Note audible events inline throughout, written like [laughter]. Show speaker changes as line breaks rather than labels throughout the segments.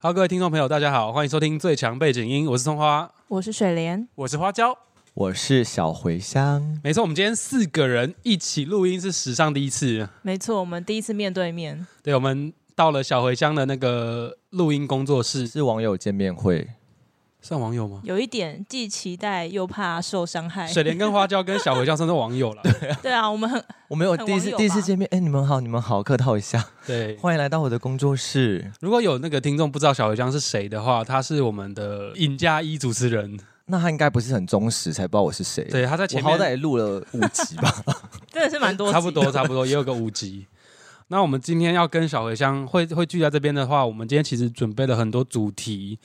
好，各位听众朋友，大家好，欢迎收听最强背景音，我是葱花，
我是水莲，
我是花椒。
我是小茴香，
没错，我们今天四个人一起录音是史上第一次，
没错，我们第一次面对面，
对，我们到了小茴香的那个录音工作室，
是网友见面会，
算网友吗？
有一点既期待又怕受伤害。
水莲跟花椒跟小茴香算是网友了，
哎对啊，我们很
我们有
很
第一
网
次
友
第一次
吧
见面，哎，你们好，你们好，客套一下，
对。
[laughs] 欢迎来到我的工作室。
如果有那个听众不知道小茴香是谁的话，他是我们的尹佳一主持人，
那他应该不是很忠实，才不知道我是谁。
对，他在
我
前
好
面
歹也录了五集 [laughs] 吧，
真的是蛮
[laughs]
多，
差不多，差不多也有个五集。那我们今天要跟小茴香会会聚在这边的话，我们今天其实准备了很多主题。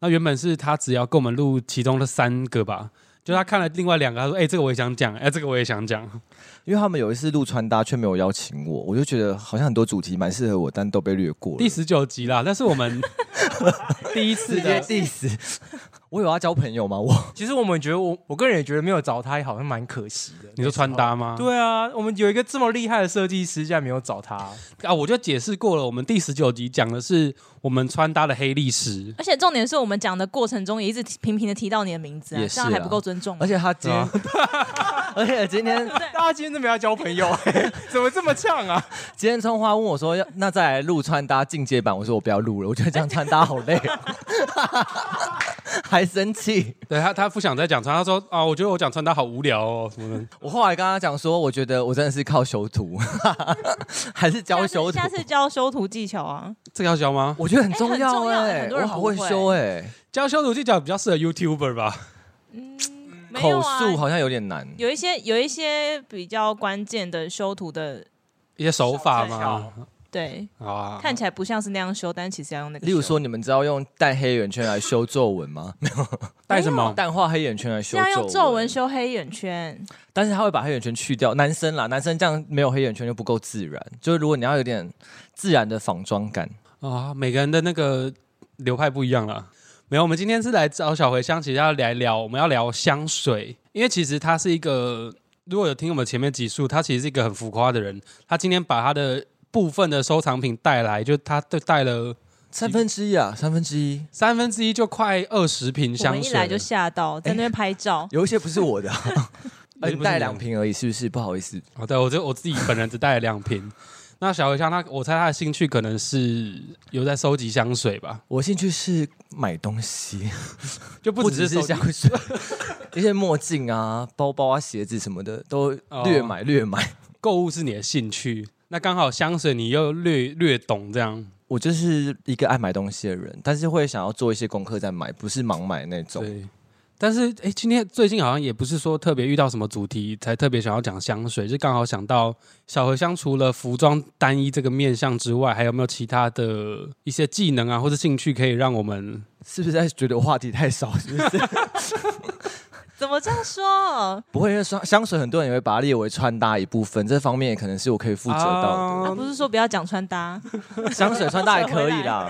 那原本是他只要跟我们录其中的三个吧，就他看了另外两个，他说：“哎、这个我也想讲，哎、这个我也想讲。
因为他们有一次录穿搭却没有邀请我，我就觉得好像很多主题蛮适合我，但都被略”过
第
了。
十九集啦，但是我们第一次
直
的，
接 diss，我 [laughs] 有要交朋友吗？我
其实我们觉得我我个人也觉得没有找他，好像蛮可惜的。
你说穿搭吗？
那时候？对啊，我们有一个这么厉害的设计师，竟然没有找他。
啊，我就解释过了，我们第十九集讲的是我们穿搭的黑历史。
而且重点是我们讲的过程中也一直频频的提到你的名字、啊，
也是
这
啊
样还不够尊重吗
而。且他今 [laughs] 天，而且今天
大家今天真的要交朋友、哎怎么这么呛啊？
今天葱花问我说要那再来录穿搭进阶版，我说我不要录了，我觉得这样穿搭好累，还生气。
对他，他不想再讲穿，他说：“啊，我觉得我讲穿搭好无聊哦，什么的。
我后来跟他讲说，我觉得我真的是靠修图， [laughs] 还是教修图
啊下，次下次教修图技巧啊，”
这个要教吗？
我觉得很
哎
重
很重
要
要
哎、
很多
我
人
好
不
会
会
修哎、
教修图技巧比较适合 YouTuber 吧？
没有
嗯口
啊
述好像有点难。
[laughs] 有一啊些有一些比较关键的修图的，
一些手法
小技
嘛
巧，
对，
好啊，
看起来不像是那样修，但其实要用那个修。
例如说，你们知道用带黑眼圈来修皱纹吗？
带什么？
淡化黑眼圈来
是
修
要用皱
皱
纹，修黑眼圈，
但是他会把黑眼圈去掉。男生啦，男生这样没有黑眼圈就不够自然。就是如果你要有点自然的仿妆感，
啊，每个人的那个流派不一样了。没有，我们今天是来找小茴香，其实要来聊，我们要聊香水，因为其实他是一个，如果有听我们前面几述，他其实是一个很浮夸的人。他今天把他的部分的收藏品带来，就他都带了
三分之一啊，三分之一，
三分之一，就快二十瓶
我
香
们一
水
来
了。
就吓到，在那
哎
边拍
[laughs]
照。
有一些不是我的、啊，
有一些不是
呃
你的
你带两瓶而已，是不是？不好意思，
好的，我哦这我自己本人只带了两瓶。那小茴香他，我猜他的兴趣可能是有在收集香水吧，
我兴趣是买东 [laughs] 西，
就不只
只
是收集
是香水， [laughs] 一些墨镜啊、包包啊、鞋子什么的都略买略买。
购物是你的兴趣，那刚好香水你又略略懂这样。
我就是一个爱买东西的人，但是会想要做一些功课再买，不是盲买那种。
对，但是哎，诶今天最近好像也不是说特别遇到什么主题才特别想要讲香水，就刚好想到小茴香除了服装单一这个面向之外，还有没有其他的一些技能啊或者兴趣可以让我们
是不是在觉得我话题太少？是不 [laughs] 是？
怎么这样说？
不会，因为香香水很多人也会把它列为穿搭一部分，这方面也可能是我可以负责到
他、
啊
不是说不要讲穿搭，
的。香水穿搭也可以啦，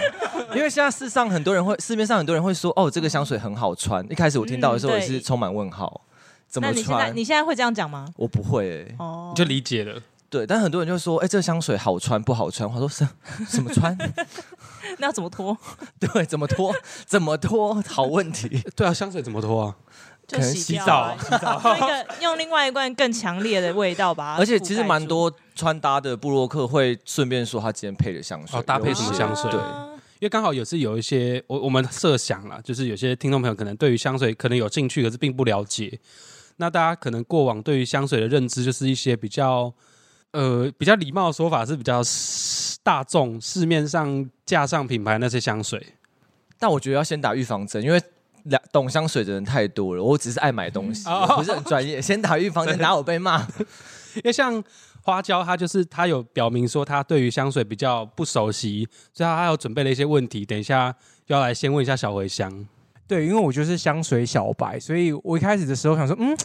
因为现在世上很多人会，市面上很多人会说，哦，这个香水很好穿。一开始我听到的时候
嗯
也
对
是充满问号，怎
那
么
你现在
穿？
你现在会这样讲吗？
我不会、欸，
哦，
[laughs]
就理解了？
对，但很多人就说，哎、这个香水好穿不好穿？我说 [laughs] 什什么穿？ [laughs]
那要怎么脱？
对，怎么脱？怎么脱？好问
[laughs]
题。
对啊，香水怎么脱啊？
就
可能
洗
洗
掉
澡
啊，洗澡， [laughs] 用一个用另外一罐更强烈的味道吧。
[laughs] 而且其实蛮多穿搭的布洛克会顺便说他今天配的香水，
哦搭配
有
什么
些
香水
啊
对，
因为刚好也是有一些我我们设想啦，就是有些听众朋友可能对于香水可能有兴趣，可是并不了解。那大家可能过往对于香水的认知，就是一些比较呃比较礼貌的说法是比较大众市面上架上品牌那些香水。
但我觉得要先打预防针，因为了。懂香水的人太多了，我只是爱买东西，
嗯
我不是很专业。先打
[laughs]
预防针，哪有被骂？
因为像花椒，他就是他有表明说他对于香水比较不熟悉，所以他还有准备了一些问题，等一下要来先问一下小茴香。
对，因为我就是香水小白，所以我一开始的时候想说，嗯，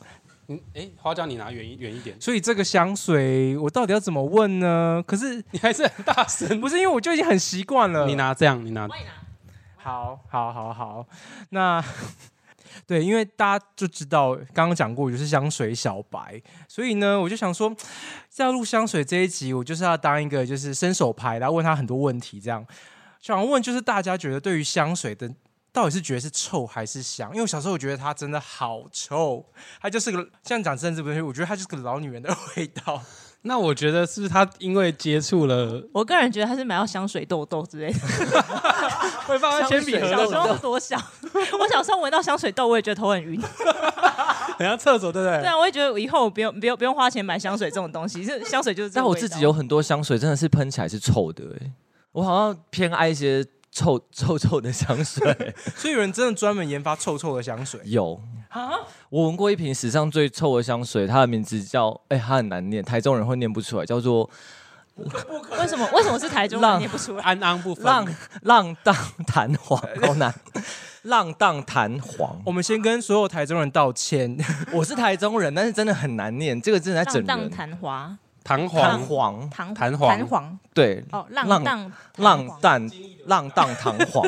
嗯，哎，花椒，你拿远一远一点， [laughs]
所以这个香水我到底要怎么问呢？可是
你还是很大声。
不是因为我就已经很习惯了。
你拿这样，你拿
好，好，好，好，那对，因为大家就知道刚刚讲过，我就是香水小白，所以呢，我就想说，在录香水这一集，我就是要当一个就是伸手牌，然后问他很多问题这样。想问就是大家觉得对于香水的到底是觉得是臭还是香？因为我小时候我觉得它真的好臭，它就是个像讲政治不正确，我觉得它就是个老女人的 [laughs] 味道。
那我觉得是不是他因为接触了
我个人觉得他是买到香水痘痘之类的。
会放在铅笔盒
小时
的，
候多小，我小时候闻到香水痘，我也觉得头很
[laughs]
晕。
等下厕所对不
[laughs]
对？
对啊，我也觉得我以后我不用不用不用花钱买香水这种东西，是香水就是这个
但
味道。
我自己有很多香水真的是喷起来是臭的、欸，我好像偏爱一些臭 [laughs] 臭臭的香水。
所以有人真的专门研发臭臭的香水
有，
啊？
我闻过一瓶史上最臭的香水，它的名字叫，哎、它很难念，台中人会念不出来，叫做
为什么为什么是台中
浪
人念不出来？
安安不分，
浪浪荡弹 [laughs] 簧，好难，浪荡弹簧。
我们先跟所有台中人道歉，
我是台中人，但是真的很难念，这个真的在整
浪荡昙
人。
花，
弹
弹
簧
簧，
弹
弹簧
弹簧
对，
哦，浪
浪
荡
浪荡浪荡弹簧，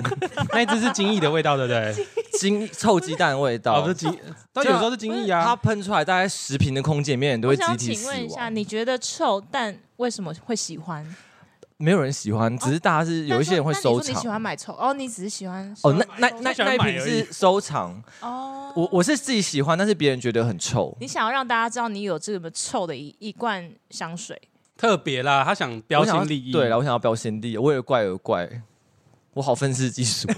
那一只是精益的味道，对不
[laughs]
对？
金臭鸡蛋味
哦，
道
不是。精，但有时候是精益
它
啊。
喷出来大概十瓶的空间里面，人都
我
会
想
集体
请
死
问一下，
亡。
你觉得臭，但为什么会喜欢？
没有人喜欢，只是大家是有一些人会收
哦那你说你喜
藏。
欢买臭哦，你只是喜欢
哦，那那那
他喜欢
那一
买
瓶
而已
是收藏，
哦，
我我是自己喜欢，但是别人觉得很臭。
你想要让大家知道你有这么臭的一一罐香水，
特别啦，他想标
我想要
新立异。
对了，我想要标新立异，我有怪有怪，我好愤世
[laughs]
嫉俗。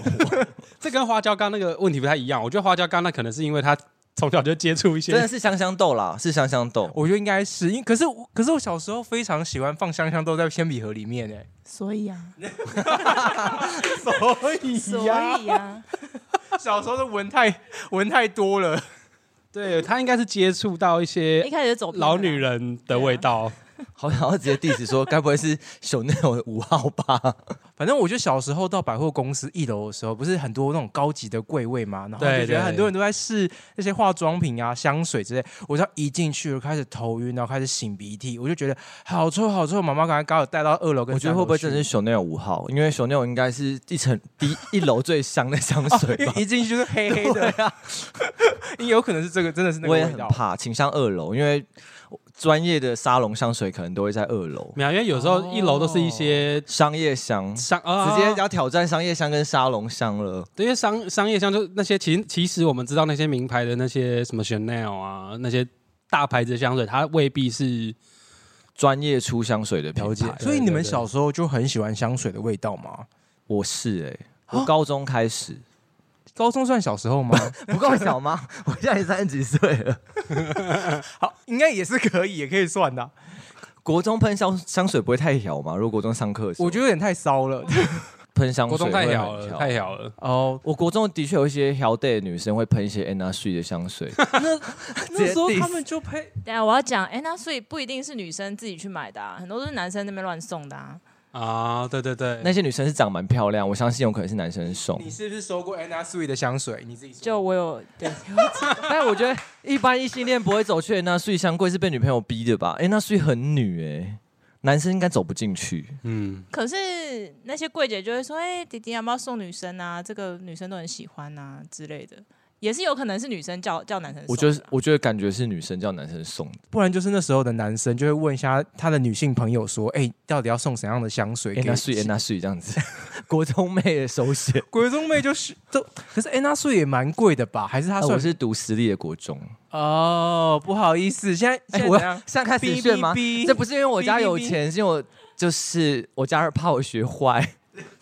这跟花椒缸那个问题不太一样。我觉得花椒缸那可能是因为他从小就接触一
真的
些，
是香香豆啦，是香香豆。
我觉得应该是因可是我可是我小时候非常喜欢放香香豆在铅笔盒里面哎、
所以啊，
所以
所以啊，
[laughs] 小时候的闻太闻太多了，
对他应该是接触到一
[laughs] 一
些
开始就走偏了
老女人
啊
的味道。
好想要直接地址说，该不会是小内有五号吧？
反正我就小时候到百货公司一楼的时候，不是很多那种高级的柜位嘛，然后
对
就觉得
对
很多人都在试那些化妆品啊、香水之类。我只要一进去，我开始头晕，然后开始擤鼻涕，我就觉得好臭好臭。妈妈赶快把我带到二楼跟
我觉
三
得
楼去，
会不会真的是小内五号？因为小内应该是一层第一楼最香的香水
[laughs] 因
[laughs]
吧啊
为。一进去就是黑黑的，因为有可能是这个，真的是那个
我也
味
很
道。
怕，请上二楼，因为专业的沙龙香水可能都会在二楼。
没有，因为有时候一楼都是一些
商业香，
商，啊
哦直接要挑战商业香跟沙龙香了。
对，因为商商业像就那些，其实其实我们知道那些名牌的那些什么 Chanel 啊，那些大牌子的香水，它未必是
专业出香水的品
了解
牌，
所以你
对对
们
对
小时候就很喜欢香水的味道吗？
我是哎、我高中开始，
高中算小时候吗？
不够小吗？我现在三十几岁了。
[laughs] 好，应该也是可以，也可以算的啊、
国中喷香香水不会太小吗？如果国中上课的时候，
我觉得有点太骚 [laughs] 了。
喷香
国
水
中
会
太
很
小了，太小了。
哦，
我国中的确有一些小 day 的女生会喷一些 Anna s 的香水，
那时候
直接 diss
他们就配
等一下我要讲，哎、那所以不一定是女生自己去买的、啊，很多都是男生那边乱送的啊。
啊，对对对，
那些女生是长蛮漂亮，我相信有可能是男生送。
你是不是收过 Anna Sui 的香水？你自己说
就我有对，
[laughs] 但我觉得一般异性恋不会走去 Anna s 香柜是被女朋友逼的吧？Anna s 很女哎、男生应该走不进去。
嗯，
[laughs] 可是那些柜姐就会说，哎、弟弟要不要送女生啊？这个女生都很喜欢啊之类的，也是有可能是女生叫叫男生送的啊。
我觉得我觉得感觉是女生叫男生送的
不然就是那时候的男生就会问一下他的女性朋友说：“哎、到底要送怎样的香水给
Anna s Anna s 这样子， [laughs] 国中妹的手 [laughs] 写。
鬼中妹就是都，可是 Anna Sui 也蛮贵的吧？还是他
啊、
算、
我是读私立的国中，
哦，不好意思，现在
哎、
现在
我
怎
要
样？
现在开始
哔
炫吗？
哔哔
这不是因为我家有钱，是因为我就是我家人怕我学 [laughs] 坏，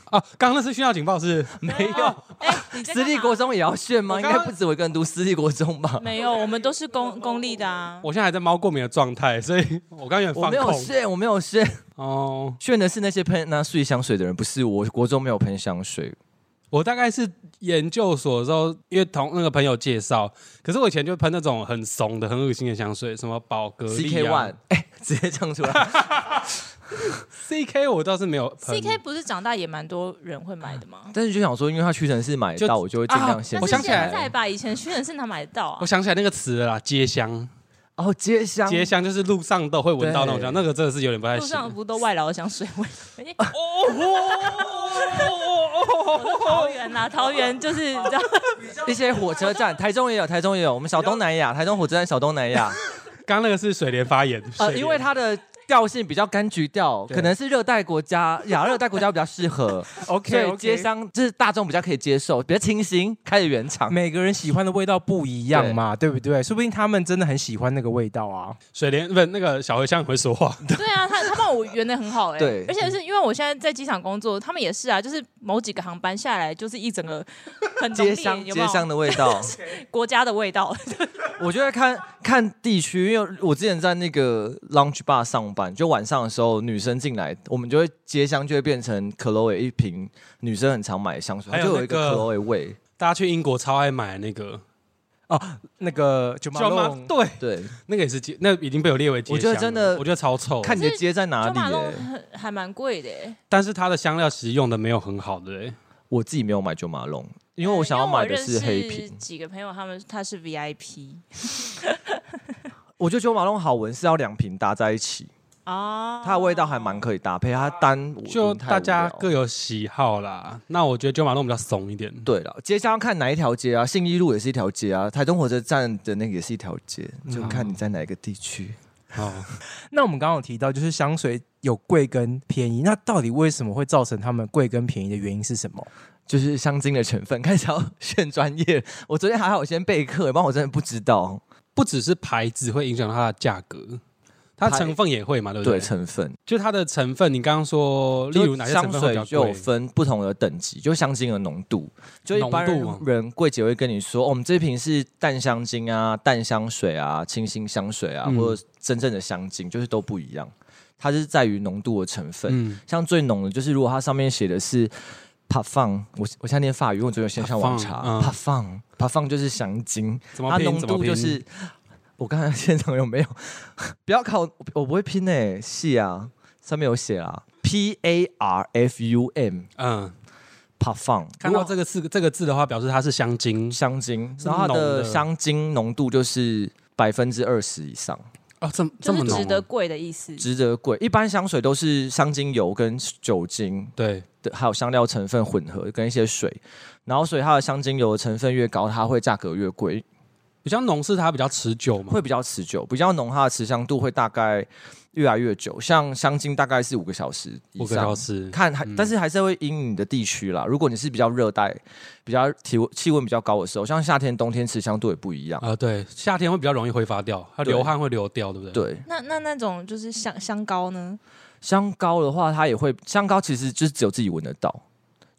啊，刚刚那是炫耀警报是
没
对
有。
啊，哎、你在
私立
干嘛
国中也要炫吗？
我
应
刚
该
刚
不止我一个人读私立国中吧？
没有，我们都是公公立的啊。
我现在还在猫过敏的状态，所以我刚刚有点
我
放
没有
空
炫，我没有炫，
哦。
炫的是那些喷那睡香水的人，不是我。国中没有喷香水，
我大概是研究所的时候，因为同那个朋友介绍，可是我以前就喷那种很怂的、很恶心的香水，什么宝格丽
CK
啊
One，哎、 [laughs] 直接唱出来。
CK 我倒是没有喷
CK 不是长大也蛮多人会买的吗？
但是就想说，因为他屈臣氏买
就
到，我就会尽量先
啊
但
买。
我
是
想起来
现在吧，以前屈臣氏哪买得到啊
我？想起来那个词了啦，街香，
哦，街香，
街香就是路上都会闻到那种香，
对
那个真的是有点不太
路
行。
上不都外劳的香水味？哎哦我说桃园啦，桃园就是你知道，
一些火车站，台中也有，台中也有。我们小东南亚，台中火车站小东南亚，
刚刚那个是水莲发言，水
呃，
莲
因为它的调性比较柑橘调，
对
可能是热带国家、亚热带国家比较适合，所
OK，
以街商就是大众比较可以接受，比较清新，开的原厂。
每个人喜欢的味道不一样嘛，对不对？说不定他们真的很喜欢那个味道啊。
水莲不是那个小茴香很会说话，
对啊，他他帮我圆的很好哎、
对
而且是因为我现在在机场工作，他们也是啊，就是某几个航班下来，就是一整个很浓
街
烈
商
有
街
没
商
有
的味道，
国家的味道？
我觉得看看地区，因为我之前在那个 lounge bar 上班，就晚上的时候女生进来，我们就会街香就会变成 Chloe 一瓶女生很常买的香水，
还
它
有
就有一个
那个
Chloe 味。
大家去英国超爱买那个
那个九
叫
马
吗？
龙，
对，
对，
那个也是街，那已经被我列为街
我觉得
香
真
了
的
我觉得超臭。
看你的街在哪
九
里、
马龙
欸。
很还蛮贵的、欸，
但是它的香料其实用的没有很好的、欸，
我自己没有买九马龙，因为我想要买的是黑
哎因为我认识
瓶。
几个朋友他们他是 VIP
我觉得九马龙好闻是要两瓶搭在一起，
哦，
它的味道还蛮可以搭配，它单我
就
闻太无
大家
聊
各有喜好啦。那我觉得九马龙比较怂一点，
对了，街上看哪一条街啊？信义路也是一条街啊，台中火车站的那个也是一条街，
嗯
就看你在哪一个地区。
哦，
那我们刚刚有提到，就是香水有贵跟便宜，那到底为什么会造成他们贵跟便宜的原因是什么？
就是香精的成分，开始要选专业。我昨天还好，我先备课，不然我真的不知道。
不只是牌子会影响到它的价格，它
牌
成分也会嘛，对不
对成分，
就它的成分，你刚刚说，例如哪些成
香
分会比
水
较
就有
贵？
分不同的等级，就香精的浓度。就一般
浓度啊
人柜姐会跟你说，哦我们这瓶是淡香精啊、淡香水啊、清新香水啊，
嗯
或者真正的香精，就是都不一样。它是在于浓度的成分。
嗯，
像最浓的，就是如果它上面写的是 p a f a n 我我现在念法语，因为我昨天有先上网查
Parfum，嗯
p a f a n p a f a n 就是香精，
怎么
它浓
拼？怎么
度
拼？
就是我刚才 [laughs] 现场有没有？不要考我，我不会拼诶、系啊，上面有写啊，P A R F U M
嗯，
p a f a n
看到这个四个这个字的话，表示它是香精
香精，
是
然后它
浓
的
的
香精浓度就是百分之二十以上。
哦，这这
就
么
是
浓
值
哦、
得贵的意思。
值得贵，一般香水都是香精油跟酒精，
对，
的还有香料成分混合跟一些水，然后所以它的香精油的成分越高，它会价格越贵，
比较浓是它比较持久嘛，
会比较持久，比较浓，它的持香度会大概越来越久。像香精大概是五个小时以
五个
上
小。时。嗯
看还，但是还是会因你的地区啦。如果你是比较热带、比较体气温比较高的时候，像夏天、冬天持香度也不一样。
啊、对，夏天会比较容易挥发掉，它
对
流汗会流掉，对不对？，
对，
那那那种就是香香膏呢？
香膏的话，它也会香膏其实就是只有自己闻得到，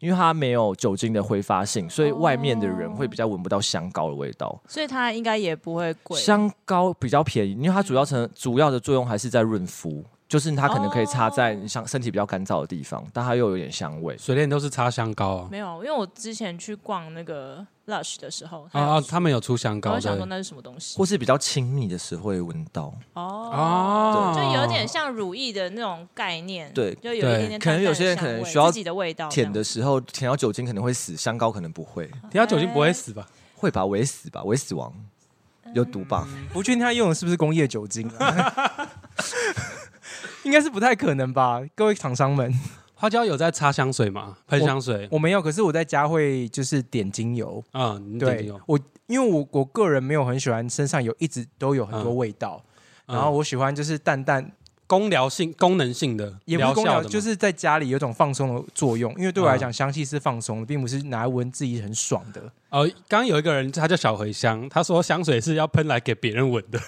因为它没有酒精的挥发性，所以外面的人会比较闻不到香膏的味道。
所以它应该也不会贵。
香膏比较便宜，因为它主要成主要的作用还是在润肤，就是它可能可以擦
哦
在你像身体比较干燥的地方，但它又有点香味。
水莲都是擦香膏啊。
没有，因为我之前去逛那个 Lush 的时候，它
啊
有
啊，
出
他们有出香
然后
膏
我想说
的
那是什么东西
或是比较亲密的时候会闻到，
哦，
哦，
就有点像乳液的那种概念，
对
就有一点
对
点淡淡的
可能有些人
香味
可能需要
自己的味道这
舔
样，
的时候舔到酒精可能会死，香膏可能
[laughs]
不会，
哎
提到酒精不会死吧？
会吧，伪死吧，伪死亡，
嗯
有毒吧？
不确定他用的是不是工业酒精、啊， [laughs] 应该是不太可能吧？各位厂商们，
花椒有在擦香水吗？喷香水？
我没有，可是我在家会就是点精油，
嗯，你点
对
有。
我，因为我我个人没有很喜欢身上有一直都有很多味道，然后
嗯
我喜欢就是淡淡，
功疗性、功能性的，
也不是功
疗效
疗，
的吗，
就是在家里有种放松的作用。因为对我
嗯
来讲，香气是放松的，并不是拿来闻自己很爽的。
哦，刚刚有一个人，他叫小茴香，他说香水是要喷来给别人闻
[laughs]
的。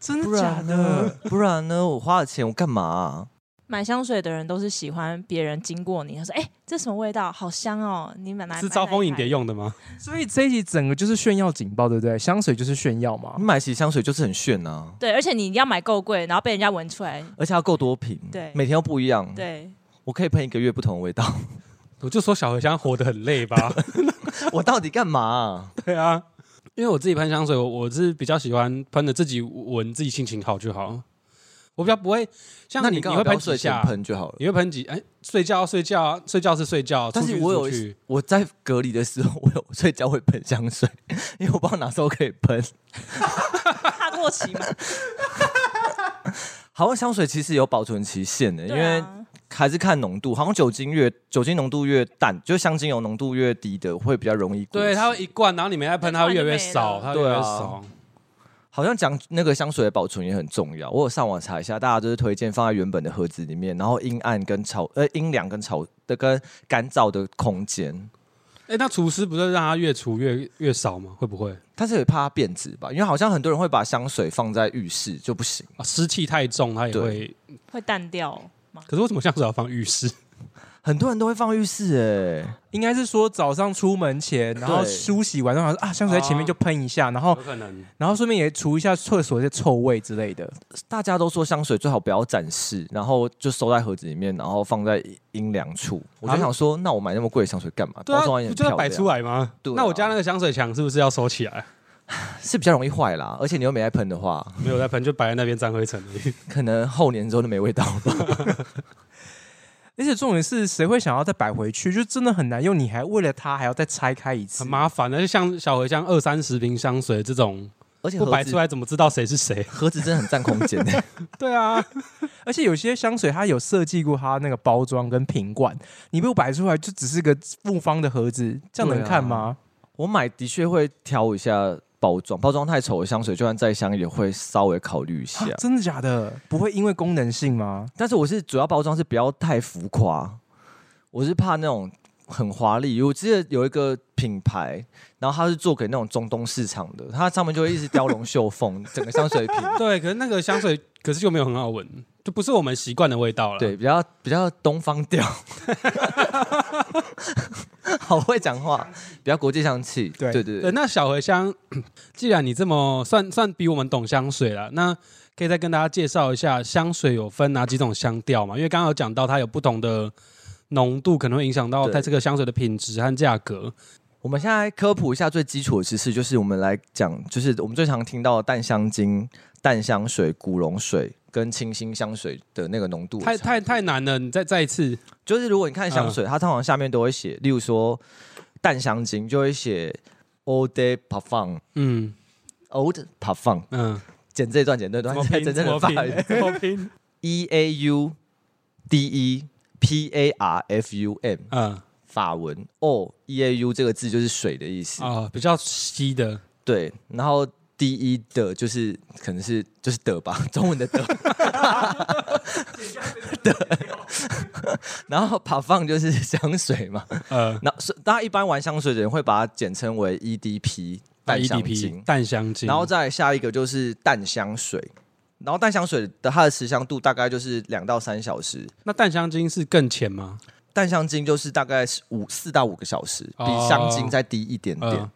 真
不然？呢？不然呢？我花了钱我干嘛啊、
买香水的人都是喜欢别人经过你，他说：“哎、这什么味道？好香哦！”你买来
是招蜂引蝶。用的吗？
所以这一集整个就是炫耀警报，对不对？香水就是炫耀嘛
哦
你。买起香水就是很炫啊，
买来对，而且你一定要买够贵，然后被人家闻出来。
而且要够多瓶，
对
每天都不一样，
对，
我可以喷一个月不同的
[laughs]
味道，
我就说小茴香活得很累吧。
我到底干嘛啊、
[laughs] 对啊，因为我自己喷香水，我我是比较喜欢喷的自己闻，自己心情好就好。我比较不会像
那
你，
你刚
会
好不
喷
要
几
睡前
下？
喷就好了。
你会喷几？哎，睡觉睡觉啊睡觉是睡觉，
但是
出去
我有
出去
我在隔离的时候，我有睡觉会喷香水，因为我不知道哪时候可以喷。
怕过期
[laughs]
嘛？
好像香水其实有保存期限的、因
对
为
啊，
还是看浓度，好像酒精越酒精浓度越淡，就是香精油浓度越低的会比较容易过期。
对，它会一罐，然后你没在喷，它会越来越
一罐就没
少，
了
它会越来越
对啊
少。
好像讲那个香水的保存也很重要。我有上网查一下，大家就是推荐放在原本的盒子里面，然后阴暗跟潮呃阴凉跟潮的跟干燥的空间。
哎、那厨师不是让它越除越越少吗？会不会
但是也怕它变质吧，因为好像很多人会把香水放在浴室就不行，
啊？湿气太重，它也
对
会。
会淡掉吗？
可是为什么香水要放浴
[laughs]
室？
很多人都会放浴室哎、
应该是说早上出门前，然后
对哦
梳洗完，然后啊香水在前面就喷一下，然后
可能。
然后顺便也除一下厕所的臭味之类的。
大家都说香水最好不要展示，然后就收在盒子里面，然后放在阴凉处。我就想说，那我买那么贵的香水干嘛？
啊对啊，
包装也
不
很
就要
漂
摆
亮，
出来吗？
对啊
那我家那个香水墙是不是要收起来？
是比较容易坏啦。而且你又没在喷的话， [laughs]
没有在喷，就摆在那边沾灰尘而已。
可能后年之后就没味道了。
[laughs]
而且重点是，谁会想要再摆回去？就真的很难用，你还为了它还要再拆开一次
很。麻烦的，就像小茴香二三十瓶香水这种，
而且
不
盒
摆出
子
来怎么知道谁是谁？
[laughs] 盒子真的很占空
[laughs]
间、
对啊，
而且有些香水它有设计过它那个包装跟瓶罐，你不摆出来就只是个复方的盒子，这样能
啊
看吗？
我买的确会挑一下包装，包装太丑的香水，就算再香也会稍微考虑一下。
啊真的假的？不会因为功能性吗？
但是我是主要包装是不要太浮夸，我是怕那种很华丽。我记得有一个品牌，然后它是做给那种中东市场的，它上面就会一直雕龙
[laughs]
绣凤，整个香水瓶，
对，可是那个香水，可是就没有很好闻，就不是我们习惯的味道了。
对，，比较比较东方调， [laughs] 好会讲话，比较国际香气。
对
对对
对，
对，
那小茴香， [coughs] 既然你这么算算比我们懂香水了，那可以再跟大家介绍一下香水有分哪几种香调嘛？因为刚刚有讲到它有不同的浓度，可能会影响到
对
它这个香水的品质和价格。
我们现在科普一下最基础的知识，就是我们来讲，就是我们最常听到的淡香精、淡香水、古龙水跟清新香水的那个浓度的
太
差
太太难了，你再再一次，
就是如果你看
嗯
香水，它通常下面都会写，例如说淡香精就会写 old day parfum。
嗯
Old parfum，
嗯，
剪这一段，剪这一
怎
段
么，
再
拼？
[laughs] 真
怎
正
么
的发音
拼？怎么拼？
E A U D E P A R F U M，
[laughs] 嗯
法文 O E A U 这个字就是水的意思，
哦，比较稀的，
对，然后 D E 的就是可能是就是的吧，中文的
[laughs]
[laughs] 的，的， [laughs] 然后 parfum 就是香水嘛，
呃，
那是大家一般玩香水的人会把它简称为 EDP
啊
淡香
EDP
精，
淡香精，
然后再下一个就是淡香水，然后淡香水的它的持香度大概就是两到三小时，
那淡香精是更浅吗？
淡香精就是大概是五四到五个小时，比
哦
香精再低一点点。
嗯，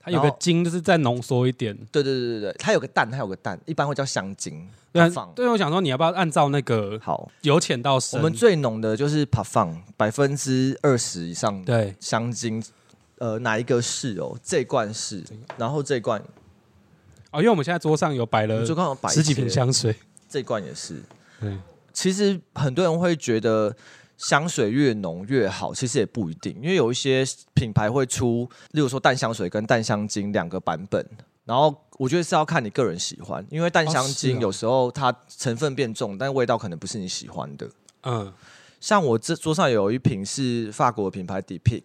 它有个
然后
精就是再浓缩一点。
对对对对对，它有个淡，它有个淡，一般会叫香精。
对啊
Parfum
对，我想说你要不要按照那个
好，
由浅到
我
深？
们最浓的就是 parfum，百分之二十以上的
对
香精。呃，哪一个是哦？这罐是，然后这罐
哦，因为我们现在桌上有摆了
就刚好摆一
呃十几
些
瓶香水，
这罐也是。
对，
[laughs] 其实很多人会觉得香水越浓越好，其实也不一定，因为有一些品牌会出，例如说淡香水跟淡香精两个版本。然后我觉得是要看你个人喜欢，因为淡香
哦是
精
哦
有时候它成分变重，但味道可能不是你喜欢的。
嗯，
像我这桌上有一瓶是法国的品牌 Depic，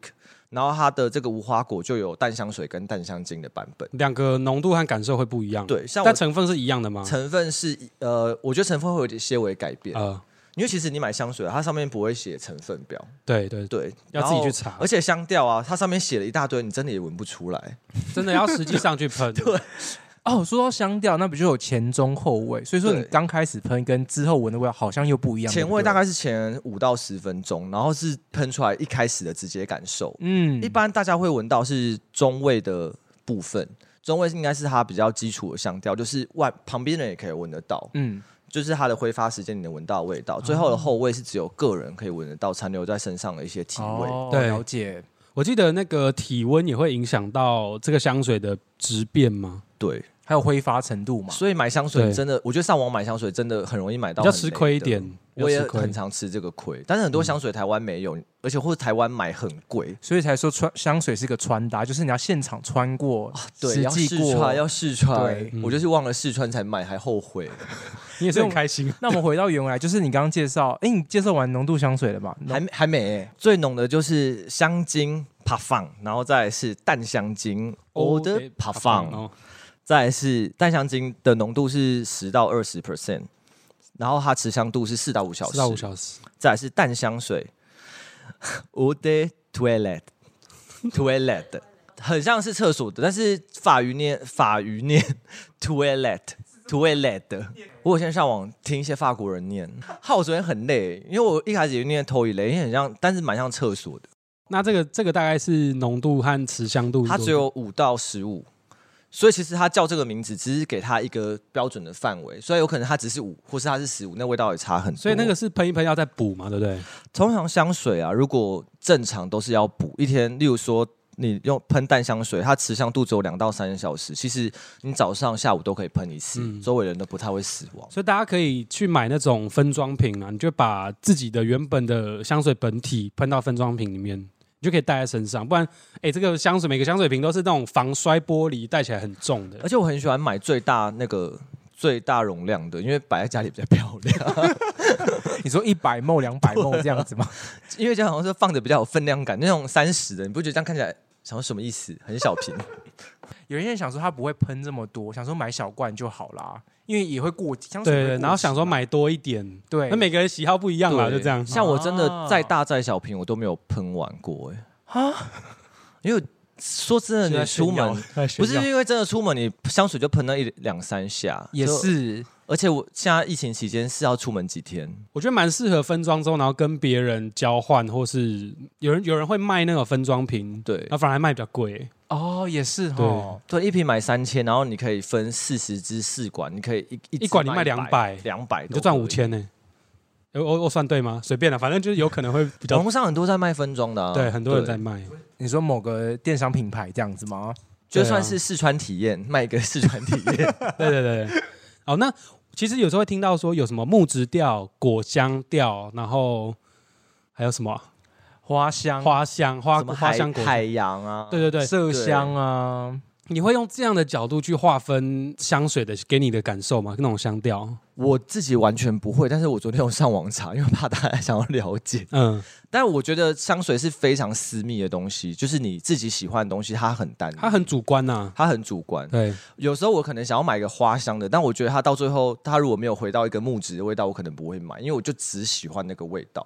然后它的这个无花果就有淡香水跟淡香精的版本。
两个浓度和感受会不一样。，
对，像我
但成分是一样的吗？
成分是一呃，我觉得成分会有一些微改变，
呃，
因为其实你买香水，它上面不会写成分表，
对对，
对，
要
然
自己
后
去查
而且香调啊，它上面写了一大堆，你真的也闻不出来。
真的要实际上去
[laughs]
喷。对，
哦，说到香调，那不就有前中后味？所以说你
对
刚开始喷跟之后闻的味道好像又不一样。
前
对不
味
对
大概是前五到十分钟，然后是喷出来一开始的直接感受。
嗯
一般大家会闻到是中味的部分，中味应该是它比较基础的香调，就是外旁边人也可以闻得到，
嗯，
就是它的挥发时间你能闻到的味道。最
哦
后的后味是只有个人可以闻得到残留在身上的一些体味。
哦
对
了解。
我记得那个体温也会影响到这个香水的质变吗？
对，
还有挥发程度嘛？
所以买香水
对
真的，我觉得上网买香水真的很容易买
比
到，
较吃亏一。点，
我也
比较吃亏
很常吃这个亏，但是很多香水台湾没有，而且或者台湾买很贵，
所以才说穿香水是个穿搭，就是你要现场穿过，
对，
实
要
际
试
过
穿，。要试穿嗯
对，
我就是忘了试穿才买，还后悔。
你也是很开心。 [laughs]
那我们回到原来，就是你刚刚介绍，哎，你介绍完浓度香水了嘛？浓
还还没欸、最浓的就是香精哦 parfum，然后再来是淡香精 old parfum，
哦
再来是淡香精的浓度是十到二十 percent，然后它持香度是四到五小时，
四到五小时，
再来是淡香水 o de toilet toilet，很像是厕所的，但是法语念法语念 toilet toilet 我有先上网听一些法国人念，害我昨天很累，因为我一开始也念 toilet，因为很像，但是蛮像厕所的，
那这个这个大概是浓度和持香度是多
它
少，
只有五到十五。所以其实它叫这个名字，只是给它一个标准的范围，所以有可能它只是五，或是它是十五，那味道也差很多。
所以那个是喷一喷要再补嘛，对不对？
通常香水啊，如果正常都是要补一天，例如说你用喷淡香水，它持香度只有两到三小时，其实你早上、下午都可以喷一次，
嗯
周围人都不太会死亡。
所以大家可以去买那种分装瓶啊，你就把自己的原本的香水本体喷到分装瓶里面，你就可以带在身上。不然，哎、这个香水每个香水瓶都是那种防摔玻璃，带起来很重的
而。且我很喜欢买最大那个最大容量的，因为摆在家里比较漂亮， [laughs]
你说一百梦、两百梦这样子吗？
因为这样好像是放着比较有分量感。那种三十的，你不觉得这样看起来想说什么意思？很小
[laughs]
瓶。
有些人想说他不会喷这么多，想说买小罐就好啦，因为也会过期香水会
对
过
对，
期嘛。
然后想说买多一点，
对，
那每个人喜好不一样啦，
对
就这样。
像我真的
啊
再大再小瓶，我都没有喷完过哎、因为说真的，你出门不是因为真的出门，你香水就喷那一两三下
也。
就是而且我现在疫情期间是要出门几天，
我觉得蛮适合分装之后，然后跟别人交换，或是有人有人会卖那个分装瓶，
对
那反而还卖比较贵。欸
哦，也是哦
对。
对，一瓶买三千，然后你可以分四十支试管，你可以一
一管你卖
卖
200
两百
你就赚五。千呢。哎我我算对吗？随便了，反正就是有可能会比较
网络上很多在卖分装的、啊，
对，很多人在卖。
你说某个电商品牌这样子吗？
就
对啊
算是试穿体验，卖一个试穿体
[laughs]
验，
对对对对。好，那其实有时候会听到说有什么木质调、果香调，然后还有什么啊
花香、
花香、花
什么
花
海
香果香。
海洋啊，
对对对，
麝香啊，
你会用这样的角度去划分香水的给你的感受吗？那种香调，
我自己完全不会，但是我昨天有上网查，因为怕大家想要了
[laughs]
解。
嗯，
但我觉得香水是非常私密的东西，就是你自己喜欢的东西，它很单一，
它很主观呐、
它很主观。
对，
有时候我可能想要买一个花香的，但我觉得它到最后，它如果没有回到一个木质的味道，我可能不会买，因为我就只喜欢那个味道。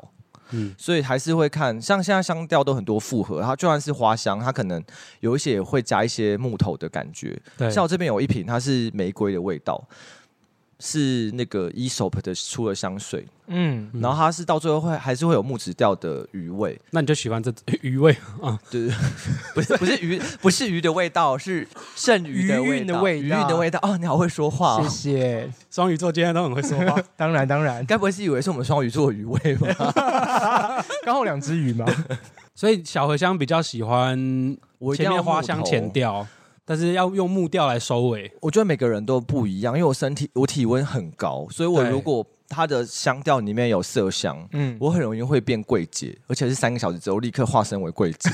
嗯
所以还是会看，像现在香调都很多复合，它就算是花香，它可能有一些也会加一些木头的感觉。
对，
像我这边有一瓶，它是玫瑰的味道，是那个 Esop 的出的香水，
嗯，
嗯
然后它是到最后会还是会有木质调的余味，
那你就喜欢 [laughs] 这余味啊？
对， [laughs] 不是不是鱼，不是鱼的味道，是剩余的味
余韵的
道，
味
余
道
韵的味道。哦，你好会说话、
谢
哦，
谢。
双鱼座今天都很会说话，
当然当 [laughs] 然，
该不会是以为是我们双鱼座的鱼味 [laughs] 吧？
刚好两只鱼嘛。
[laughs] 所以小荷香比较喜欢
我一
前
定要
面花
木
香
头哦
前，调，但是要用木调来收尾。
我觉得每个人都不一样，因为我身体我体温很高，所以我
对
如果它的香调里面有麝香。
嗯，
我很容易会变柜姐，而且是三个小时之后立刻化身为柜姐。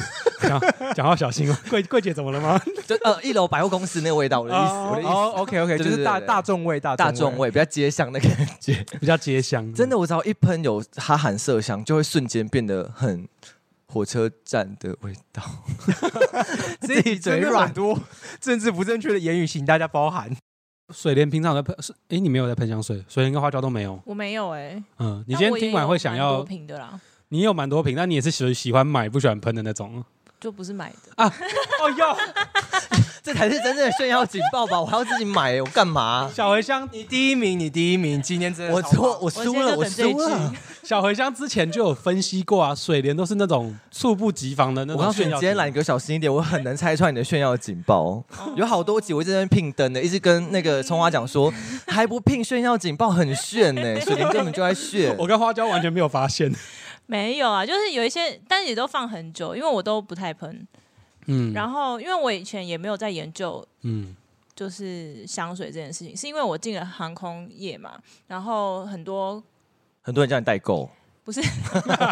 讲讲话小心哦，桂桂姐怎么了吗？
[laughs] 就呃，一楼百货公司那个味道，我的意思，我的意思，
哦，OK OK，
对
就
对
是大
对对
大众味，大
大众
[laughs] 味。
味比较街巷的感觉。
[laughs] 比较街香，
真的，我只要一喷有哈韩麝香，就会瞬间变得很火车站的味道。自己嘴
真的
软
很，多政治不正确的言语，请大家包涵。
水莲平常有在喷，是诶，你没有在喷香水，水莲跟花椒都没有。
我没有哎，
嗯，你今
但
天
我也
听完
有
会想
蛮多
要，
瓶的啦，
你有蛮多瓶，但你也是喜喜欢买不喜欢喷的那种。
就不是买的。
哦哟，
[laughs] 这才是真正的炫耀警报吧？我还要自己买，我
[laughs]
干嘛？
小茴香，
你第一名，你第一名，今天真的
我
超
错，
棒
我
我
输
现在
了，
就
我
等这一
输了
句。。
小茴香之前就有分析过啊，水莲都是那种猝不及防的那
我
种。
告
[laughs]
诉你，今天来，你给我小心一点，我很能猜穿你的炫耀警报。有好多集我一直在那边拼灯的，一直跟那个葱花讲说，还不拼炫耀警报，很炫呢、水灵根本就在
[laughs]
炫。
我跟花椒完全没有发现。
没有啊，就是有一些，但也都放很久，因为我都不太喷。
嗯
然后，因为我以前也没有在研究
嗯，
就是香水这件事情，是因为我进了航空业嘛，然后很多
很多人叫你代购，
不是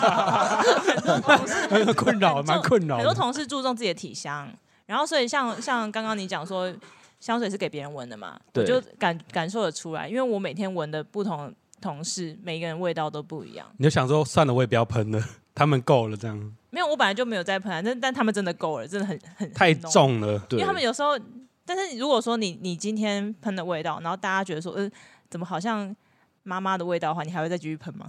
很多同事
很困扰，蛮困扰
很多
的。
同事注重自己的体香，然后所以像像刚刚你讲说，香水是给别人闻的嘛，我
对
就感感受得出来，因为我每天闻的不同同事，每个人味道都不一样。
你就想说，算了，我也不要喷了， [laughs] 他们够了，这
[laughs]
样
没有，我本来就没有在喷啊，但但他们真的够了，真的很很
太，
很浓
重了。
因
对
为他们有时候。但是如果说你你今天喷的味道，然后大家觉得说，呃，怎么好像妈妈的味道的话，你还会再继续喷吗？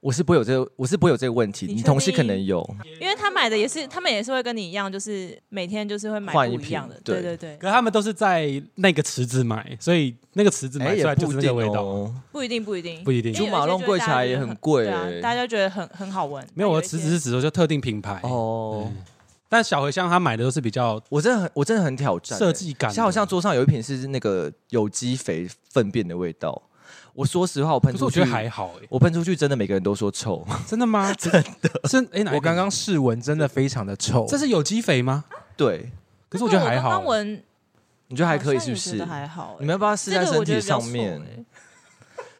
我是不会有这个，我是不会有这个问题。
你
你
确
同事可
定
能有，
因为他买的也是，他们也是会跟你一样，就是每天就是会买
换一
不一样
瓶
的，对对
对
对，
可他们都是在那个池子买，所以那个池子
哎，
买
也
出来就
不
是
一
那个
定
味道，
哦。
不一定不一定。
不一定
因。
猪
为有一些
马
就
弄
是
贵
大
起
家
来
觉
也
得
很贵
对啊
欸，
大家觉得很很好闻。
没有，
啊
我的
只
池子是指说就特定品牌哦，
哦，
但小茴香他买的都是比较
我真的很，我真的很挑战欸
设计感的，
像好像桌上有一瓶是那个有机肥粪便的味道，我说实话，我喷
可是
出
我
去，
觉得还好哎，
我喷出去真的每个人都说臭， [laughs]
真的吗？真的是哎，哪一
我刚
瓶
刚试闻真的非常的臭，
这是有机肥吗？
对，
可是我觉得还
刚
好欸
刚，闻
你觉得还可
好
以是不
像也
是
觉得？还好欸，
你们要不要试在
这个
身
我觉
体
得比较
上
臭
面？
欸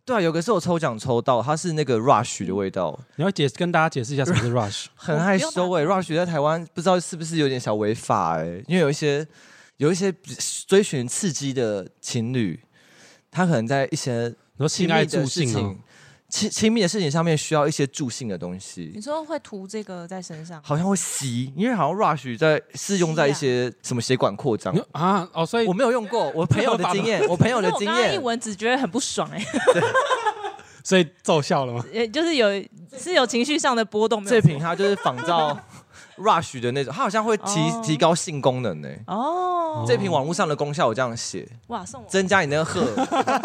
对啊，有个是我抽奖抽到，它是那个 Rush 的味道，
你要解跟大家解释一下什么是
[laughs]
rush
很害
哦我不用
羞哎、Rush 在台湾不知道是不是有点小违法哎、因为有一些有一些追寻刺激的情侣，他可能在一些
你说
亲
性爱
密
助
的事
性啊
哦
情、亲亲密的事情上面需要一些助兴的东
你
西，
说会涂这个在身上，
好像会吸，因为好像 Rush 在是用在一些
啊
什么血管扩张
你。说啊哦，所以
我没有用过，我朋友的经验，我朋友的经
可是我刚刚一
验，
闻只觉得很不爽哎、
所以奏效了吗？
呃就是有是有情绪上的波动。没有
这瓶
错
它就是仿照 Rush 的那种，它好像会提
哦
提高性功能呢、欸
哦，
这瓶网络上的功效我这样写，
哇送我
增加你那个荷，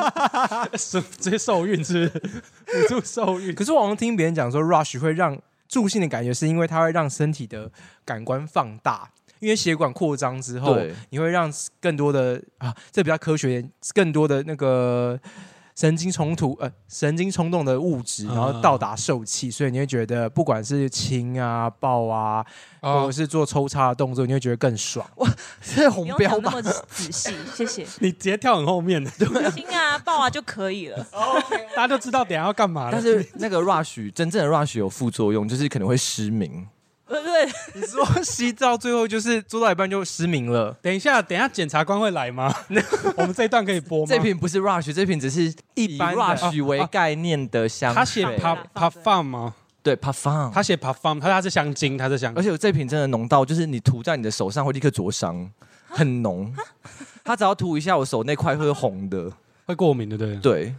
[laughs] 是直接受孕是不是 [laughs] 辅助受孕
可是我好像听别人讲说，rush 会让助兴的感觉，是因为它会让身体的感官放大，因为血管扩张之
哦
后
[laughs]
对，
你会让更多的啊，这比较科学一点，更多的那个神经冲突呃神经冲动的物质，
啊
然后到达受气，所以你会觉得不管是亲啊、抱啊，或者
哦，
是做抽插的动作，你会觉得更爽。
是
不
红
用
标
讲那
吧？
么仔细，谢谢。
你直接跳很后面，
亲啊，抱啊就可以了。
大家就知道等一下要干嘛了。
[laughs] 但是那个 rush 真正的 rush 有副作用，就是可能会失明。
对对，
你说吸到最后就是做到一半就失明了，
等一下，等一下检察官会来吗？ [laughs] 我们这一段可以播吗？
这瓶不是 rush，这瓶只是以
般的
rush 为概念的香水。
他写
对
pa
放
pa
着
fun 吗？
对 p a f u
他写 pa fun，他他是香精，他是香
而。且我这瓶真的浓到，就是你涂在你的手上会立刻灼伤，很浓。
啊
它只要涂一下，我手那块会红的。
会过敏的，对不对？
对，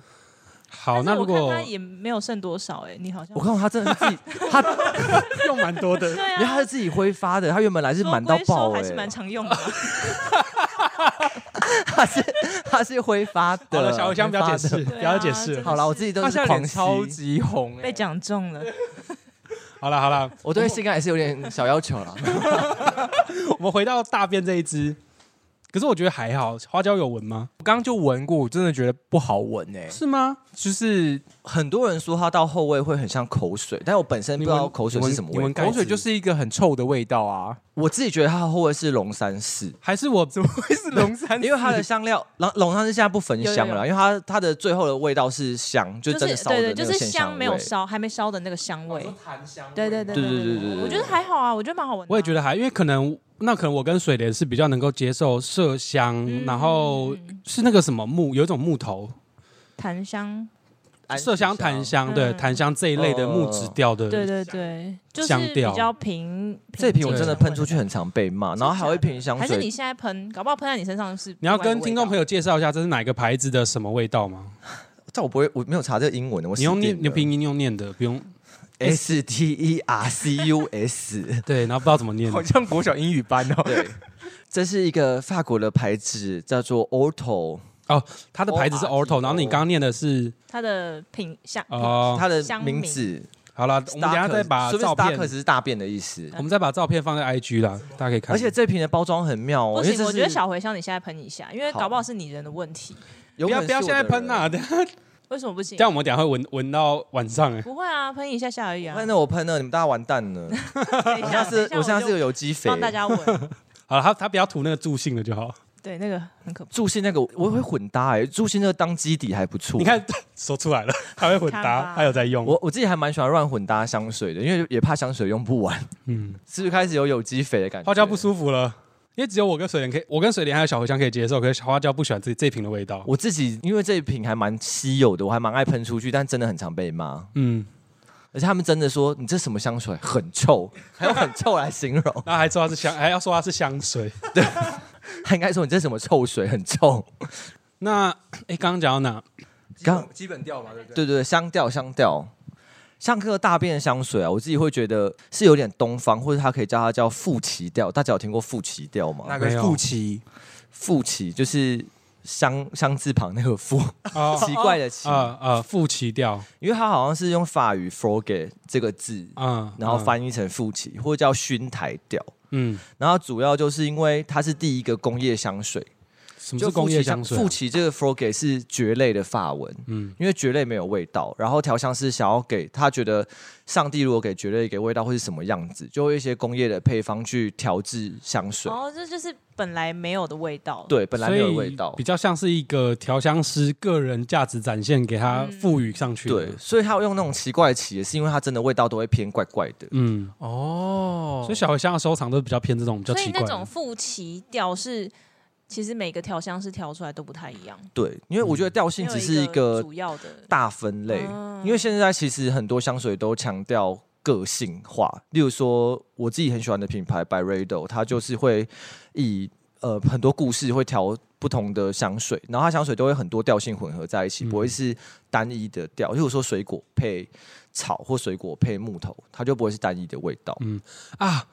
好，那
但
如
是我看
果
他也没有剩多少哎、你好像
我看到它真的是
[laughs]
自己，它
用蛮多
[laughs]
的，
对
因为它
啊
是，自己挥发的，它原本来是
说
满到
归收
爆
还
哎、
是蛮常用
[laughs]
的。
它是它是挥发的。
好了，小茴香不要解
挥发
释，
的
对啊
不要解释
真。的
好了，我自己都
他
是
现在
狂
脸
吸。
超级红哎、
被讲中了，
好了好了，
我对性感也是有点小要
[laughs]
求了。
我们回到大便这一支，可是我觉得还好，花椒有闻吗？
我刚刚就闻过，我真的觉得不好闻哎、
是吗？
就是
很多人说它到后味会很像口水，但我本身不知道口水是什么
你
味
闻
道。
盖
口水
子
就是一个很臭的味道啊，
我自己觉得它的后味是龙山寺，
还是我
怎么 [laughs] 会是龙山
[laughs]
寺？
因为它的香料，龙龙山寺现在不焚香
有有
了，因为它它的最后的味道是香，就
就是
真
是
的烧
对对，
的那
就
个
是
线香
香没有
味哦
烧，还没烧的那个香味。
檀香
对对对
对对
对
对对对
我觉得还好啊，我觉得蛮好闻的啊。
我也觉得还，因为可能那可能我跟水莲是比较能够接受麝香，
嗯
然后是那个什么木，有一种木头，
檀香，
安息
麝香、檀香，
嗯
对，檀香这一类的木
哦
质调的，
对对对，就是
香
比
调
较平。
这瓶我
静
真的
香
喷
味
出去很常被骂，然后还有一瓶香
还是你
水，
现在喷，搞不好喷在你身上是。
你要跟听众朋
友，
友介绍一下这是哪个牌子的什么味道吗？
但我不会，我没有查这个英文的，我
你用
死
念，
定
你
了
拼音用念的，不用
S T E R C U
[laughs]
S，
对，然后不知道怎么念，
好像国小英语班哦。
对，这是一个法国的牌子，叫做 Orto，
它的牌子是
O R T O
Orto，然后你刚刚念的是
它的品相
哦，
它的
香
名
茗
字
好了，我们等一下再把
是不是
照
Stark
片，
只是大便的意思？
我们再把照片放在 IG 啦，大家可以看。
而且这瓶的包装很妙哦，
不
因为
行，
这
我觉得
是
小茴香你现在喷一下，因为
好
搞不好是你人的问题。
有
不要
可能
不要
是
现在
我的
喷啊呐，
人
等一下
为什么不行
这？样我们等一下会闻闻到晚上哎。
不会啊，喷一下下而已啊。
喷了我喷了，你们大家完蛋了。
等一
我
下
下次
等
啊我
一下
下
我
次
就
有有机肥
帮，大
[laughs]
家闻。
好了，他他不要涂那个助兴的就好。
对，那个很可怕。
助兴那个我会混搭哎，助兴那个当基底还不错。
你看 [laughs] 说出来了，还会混
看吧
搭，还有在用。
我我自己还蛮喜欢乱混搭香水的，因为也怕香水用不完，
嗯，
[laughs] 是不是开始有有机肥的感觉？
花椒不舒服了，因为只有我跟水莲可以，我跟水莲还有小茴香可以接受，可是小花椒不喜欢这这一瓶的味道。
我自己因为这一瓶还蛮稀有的，我还蛮爱喷出去，但真的很常被骂，
嗯，
而且他们真的说你这什么香水很臭，还用很臭来形容 [laughs]
[laughs] 。然后还说它是香，还要说它是香水，
他应该说你这什么臭水，很臭。
那哎，刚 [laughs] 刚讲到哪？
基
刚
本基本调嘛，对不对？
对对对，香调香调，像这个大便的香水啊，我自己会觉得是有点东方，或者它可以叫它叫富奇调。大家有听过富奇调吗？
那
没有
个富奇
富奇就是香香字旁那个富，
哦
[laughs] 奇怪的
[laughs]
奇，
啊啊，复奇调，
因为它好像是用法语 “forget” 这个字，
嗯，
然后
嗯，
翻译成富奇，或者叫熏台调。
嗯，
然后主要就是因为它是第一个工业香水，
什么
就是
工业香水啊
富？奇这个 “forget” 是蕨类的法文，
嗯，
因为蕨类没有味道，然后调香师想要给他觉得上帝如果给蕨类一个味道会是什么样子，就会一些工业的配方去调制香水。
哦，这就是本来没有的味道。，
对，本来没有
所以
味道
比。较像是一个调香师个人价值展现，给他
嗯
赋予上去。
对，，所以他会用那种奇怪的起，也是因为它真的味道都会偏怪怪的。
嗯，
哦
所以小茴香的收藏都比较偏这种比较
所以
奇
那
怪
种
的。
复奇调是，其实每个调香师调出来都不太一样，
对，因为我觉得调性
没有
只是一个
主要的。
大分类，
嗯
因为现在其实很多香水都强调个性化，例如说我自己很喜欢的品牌 By Rado，它就是会以呃很多故事会调不同的香水，然后它香水都会很多调性混合在一起，
嗯
不会是单一的调。例如说水果配草或水果配木头，它就不会是单一的味道。
啊，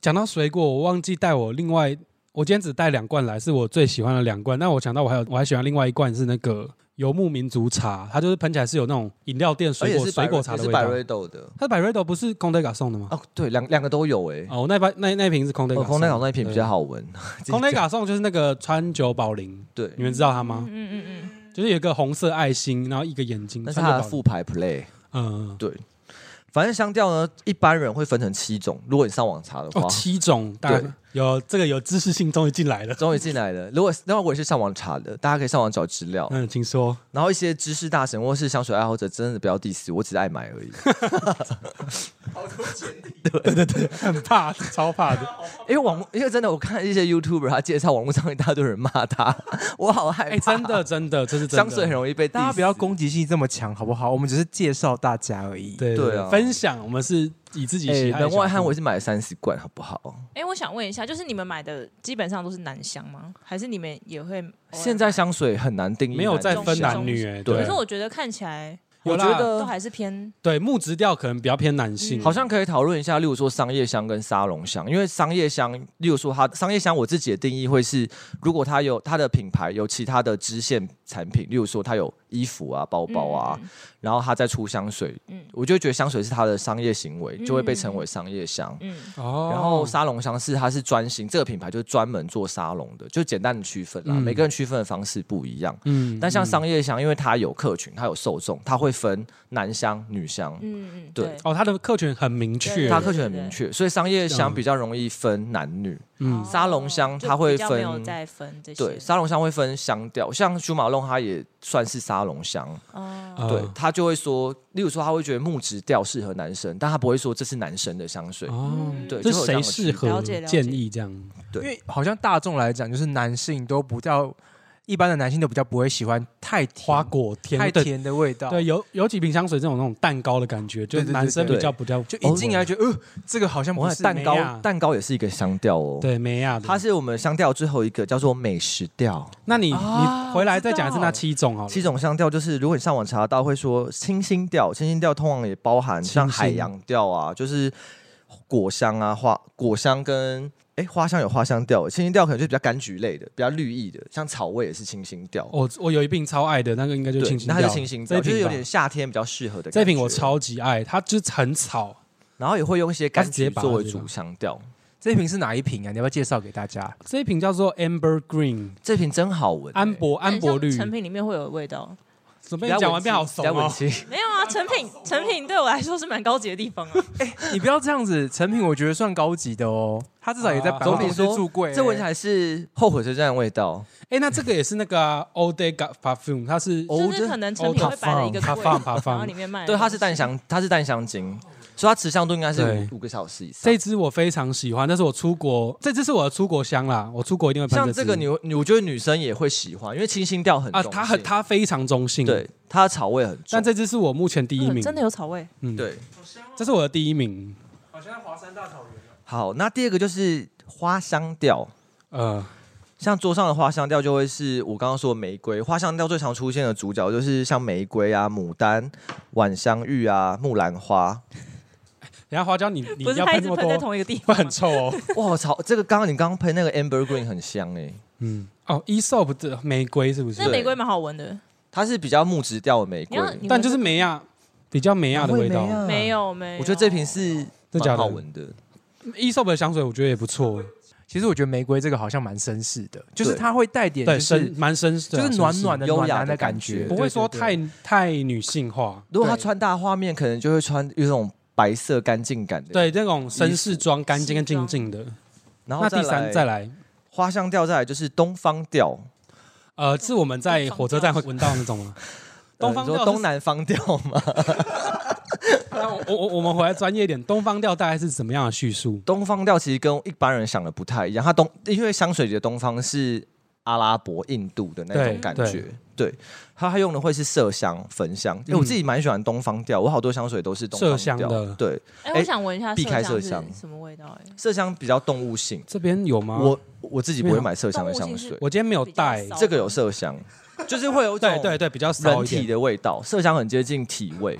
讲到水果，我忘记带我另外，我今天只带两罐来，是我最喜欢的两罐。那我想到我还有我还喜欢另外一罐是那个游牧民族茶，它就是喷起来是有那种饮料店
而
水
且
果
是
水果茶的
也是
味
By
道。
Rado 的
它是百瑞哦朵不是空德嘎送的吗？
哦，对，两两个都有哎、欸。
哦，那把那那瓶是空德
哦，
嘎，
空内港那一瓶比较好闻， [laughs]
对。空德嘎送就是那个川久保玲，
对，
你们知道它吗？
嗯嗯嗯
就是有一个红色爱心，然后一个眼睛。
那是它的
川久
副牌 Play。
保玲嗯，
反正香调呢，一般人会分成七种。如果你上网查的话，
哦，七种，大
对
家有这个有知识性终于进来了。
终于进来了。如果那我也是上网查的，大家可以上网找资料。
嗯，请说。
然后一些知识大神或是香水爱好者，真的不要 diss，我只是爱买
[laughs]
而已。
很怕，超怕
[laughs]
的。
因为网，因为真的我看一些 YouTuber 啊他介绍网络上一大堆人骂他，我好害
哎、
怕。
真
[laughs]
的，真的，这是真
香
的。
水很容易被 diss，
大家不要攻击性这么强，好不好？我们只是介绍大家而已。
对
对啊
分享我们是以自己
哎
喜爱的
门外汉，
想法
我是买了三十罐，好不
哦
好？
嗯。哎，我想问一下，就是你们买的基本上都是男香吗？还是你们也会偶尔
现在香水很难定义，
没有在
中
分
式
男
中
女、
式
哎，
对
可
对
是。我觉得看起来
有
我
啦
觉
都
得
还是偏
对木质调可能比较偏男
嗯
性，
嗯好像可以讨论一下，例如说商业香跟沙龙香，因为商业香，例如说它商业香，我自己的定义会是，如果它有它的品牌有其他的支线产品，例如说它有衣服啊、包包啊，，
嗯
然后它再出香水，
嗯
我就会觉得香水是它的商业行为，就会被称为商业香。
嗯嗯，
哦。
然后沙龙香是它是专心，这个品牌就是专门做沙龙的，就简单的区分啦。
嗯
每个人区分的方式不一样，
嗯
但像商业香，因为它有客群，它有受众，它会分男香、女香，
嗯嗯，
对
对，
哦，他的客群很明确
对，
它客群很明确，所以商业香比较容易分男女。
嗯
沙龙香它会
哦就比较没有
分
再分这些，
对，沙龙香会分香调，像舒马龙它也算是沙龙香，
哦，
呃
对，他就会说，例如说他会觉得木质调适合男生，但他不会说这是男生的香水。
哦，
嗯
对
这
就有
是
这样
谁适
区别
的
合
了解了解
建议这样？
对
因为好像大众来讲，就是男性都比较，一般的男性都比较不会喜欢太甜
花果甜
太
的
甜的味道。
对，有有几瓶香水这种那种蛋糕的感觉，就
对对对
男生
对哦
比较不叫，
就一进来觉得，
哦
呃，这个好像不
我看
是
蛋
梅
糕，
亚
蛋糕也是一个香调哦。，
啊对梅亚的。
它是我们香调最后一个叫做美食调。
那你
啊
你回来再讲一次
我知道
那七种好了，
七种香调就是，如果你上网查到会说清新调，清新调通常也包含像
清新
海洋调
嗯
啊，就是果香啊，花果香跟哎花香有花香调，清新调可能就比较柑橘类的，比较绿意的，像草味也是清新调。
我我有一瓶超爱的那个，应该哦就是
对
清新
那
调，
它是清新
这
调，
一
就
瓶
是有
吧
点夏天比较适合的。
这一瓶我，超级爱，它就是很草，
然后也会用一些
它
柑
是直接
橘
拔
作为
的
主
吧
香调。
这一瓶是哪一瓶啊？你要不要介绍给大家？ [laughs]
这一瓶叫做 Amber Green
这瓶真好闻欸，
安博安博绿。
成品里面会有的味道，
准
比
备
较
讲
文
完
青
变好怂
比较文
哦。
青。
没有啊，成品成品对我来说是蛮高级的地方啊，
你不要这样子，成品我觉得算高级的哦，它至少也在
啊
百货
总
总
比
比 [laughs]
公司
说
住柜欸。
这闻起来是后悔车站的味道。
哎，那这个也是那个啊 All Day Got Perfume，它是
哦
就是可能成品会摆了一个
它
柜，
放它
然后
放
里。面卖的东
对，
西，
它是淡香，它是淡香精，所以它持香度应该是
对
五五个小时以上
这。支我非常喜欢，但是我出国，这支是我的出国香啦，我出国一定会喷
像
支
这个你你，我觉得女生也会喜欢，因为清新调很
啊，
重
它很
性
它非常中性，，
对它的草味很重。
但这支是我目前第一
嗯
名，
真的有草味，
嗯，
对
这是我的第一名，
好像在华山大草原。
好，那第二个就是花香调，
呃，
像桌上的花香调就会是我刚刚说的玫瑰，花香调最常出现的主角就是像玫瑰啊、牡丹、晚香玉啊、木兰花。
然后花椒你你
不是
要
它一
喷
直
那么
喷在
多，
同一个地
会
方
很
吗，
臭 [laughs] 哦。
哇，我操！这个刚刚你刚刚喷那个 amber green 很香哎、
嗯，哦，Esop 的玫瑰是不是
那？玫瑰蛮好闻的。
它是比较木质调的玫
你
瑰
要，你闻
但就是梅亚比较啊梅亚的味道。
没，有没有，
嗯我觉得这瓶是
真假
蛮
的
好闻的。
Esop 的香水我觉得也不错，
其实我觉得玫瑰这个好像蛮绅士的，就是
对
它会带点
对，
就是
深蛮深，
就是暖暖的
优
暖
雅
男
的
的感
感
觉，
觉
不会说
对对
太
对
太女性化。
如果他
对
穿大画面，可能就会穿有一种白色干净感的。，
对，那种绅士装干净跟净净的。
然后
那
再
第三
来
再来，
花香调，再来就是东方调，
呃，是我们在火车站会闻到那种吗？ [laughs] 东方
呃你
调
说
是，
东南方调嘛。 [laughs]
我我我我们回来专业一点，东方调大概是怎么样的叙述？
东方调其实跟一般人想的不太一样，它东因为香水里的东方是阿拉伯、印度的那
对
种感觉。对，它它用的会是麝香、焚香。因为我
嗯
自己蛮喜欢东方调，我好多香水都是东方
麝香
调
的
对，
哎，
哎
我想闻一下
避开麝
是
香
什么味道？哎，
麝香比较动物性。
这边有吗？
我我自己不会买麝香的
动物性
香
是
水，
我今天没有带
比较，骚
这个有麝香，就是会有一种
对对对，比较骚
人
一
体
点。
的味道，麝香很接近体 [laughs] 味。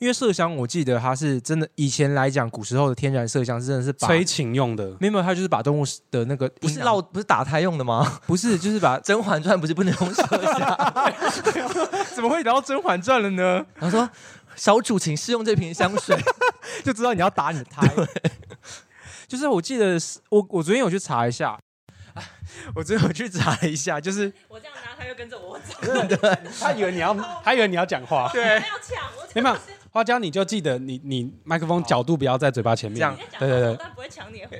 因为麝香，我记得它是真的，以前来讲，古时候的天然麝香是真的是把
催情用的，
没有，没有它就是把动物的那个
不是
阴囊
烙， [laughs] 不是打胎用的吗？
不是就是把
[laughs] 《甄嬛传》不是不能用麝 [laughs] 香？
[laughs] 怎么会聊到《甄嬛传》了呢？
他说：“小主，请试用这瓶香水。
就知道你要打你的胎。就是我记得是我我昨天有去查一下， [laughs] 我昨天有去查一下，就是
我这样拿它就跟着我走，
[laughs] 他以为
[laughs]
你要，他以为你要讲话。
不
对
要抢，
没
我
有花椒，你就记得你你麦克风角度不要在嘴巴前面。
这样
你在讲
对对对，
但不会抢你的话。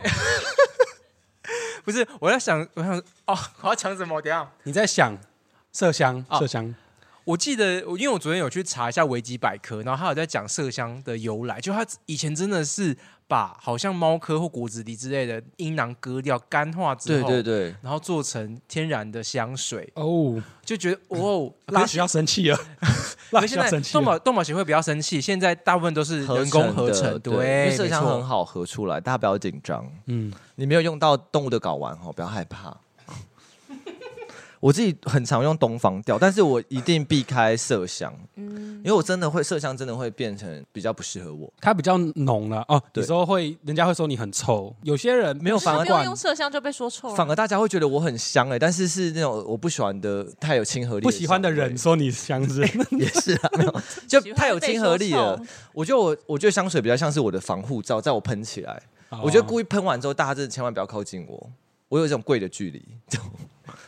不是我在想，我想哦，我要讲什么？等一下。
你在想麝香，
哦
麝香，
我记得，我因为我昨天有去查一下维基百科，然后他有在讲麝香的由来，就他以前真的是把好像猫科或果子狸之类的阴囊割掉、干化”之
[laughs] 对
后，
对对，
然后做成天然的香水，
哦，
就觉得哦，
拉
可是
许要生气了，拉
可
许
是
要
现在
生气
动
了。
保动保协会比较生气，现在大部分都是人
的
工合成，
对，因为
没
麝香
错
很好合出来，大家不要紧张。
嗯，
你没有用到动物的睾丸哦，不要害怕。 [laughs] 我自己很常用东方调，但是我一定避开麝香，
嗯
因为我真的会麝香真的会变成比较不适合我。
它比较浓了哦。有
对
时候会，人家会说你很臭，有些人没有
就是
法
不用
管
用，麝香就被说臭了，
反而大家会觉得我很香哎、但是是那种我不喜欢的，太有亲和力
不
的香味，
喜欢的人说你香是 [laughs]
也是啊，没有就
喜欢
太有
被
亲
说
和力了
臭。
我觉得我我觉得香水比较像是我的防护罩，在我喷起来，
哦
我觉得故意喷完之后，大家真的千万不要靠近我，我有一种贵的距离，这种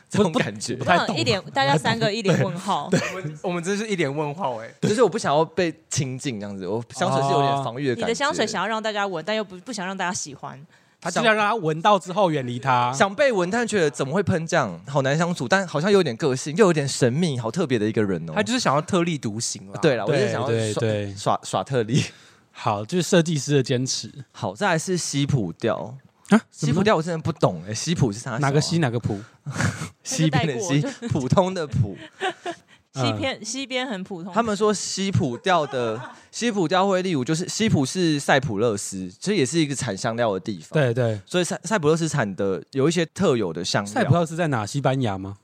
这种
不
感觉
不，太
那
懂
嗯一脸，大家三个一脸问号。
我们我们真是一脸问号哎、
就是我不想要被亲近这样子，我香水是有点防御的
哦你
感觉。
的香水想要让大家闻，但又不不想让大家喜欢。
他就
想
要让他闻到之后远离他。
想被闻，但觉得怎么会喷这样，好难相处，但好像有点个性，又有点神秘，好特别的一个人哦啊
他。就是想要特立独行了。
对了，我就是想
对
要耍
对
耍耍特例。
好，就是设计师的坚持
好，再来是西普调，
啊。
西
什
普
么
调我真的不懂哎，西普是啥？
哪个西哪个普？
西边的西， [laughs] 普通的普。
嗯
西边西边很普通，
他们说西普调的西普调会例如就是西普是塞浦勒斯，其实也是一个产香料的地方。，
对对，
所以塞塞浦勒斯产的有一些特有的香
塞浦
料。
路斯在哪？西班牙吗？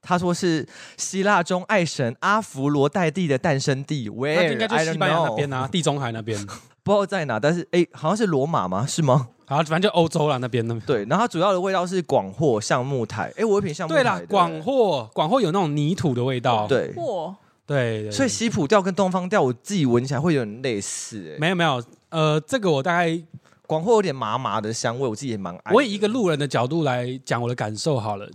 他说是希腊中爱神阿弗罗代蒂的诞生地，
那
喂，
就应该就是西班牙那边啊，地中海那边。 [laughs]
不知道在哪，但是哎、好像是罗马吗？是吗？
好，反正就欧洲啦那 [laughs] 边那边。
对，然后它主要的味道是广藿、橡木苔。哎、我有一瓶橡木
对
苔。
啦，广藿广藿有那种泥土的味道。
对
嚯，
对，对
所以西普调跟东方调，我自己闻起来会有点类似、哎，
没有没有，呃，这个我大概
广藿有点麻麻的香味，我自己也蛮爱的。
我以一个路人的角度来讲我的感受好了。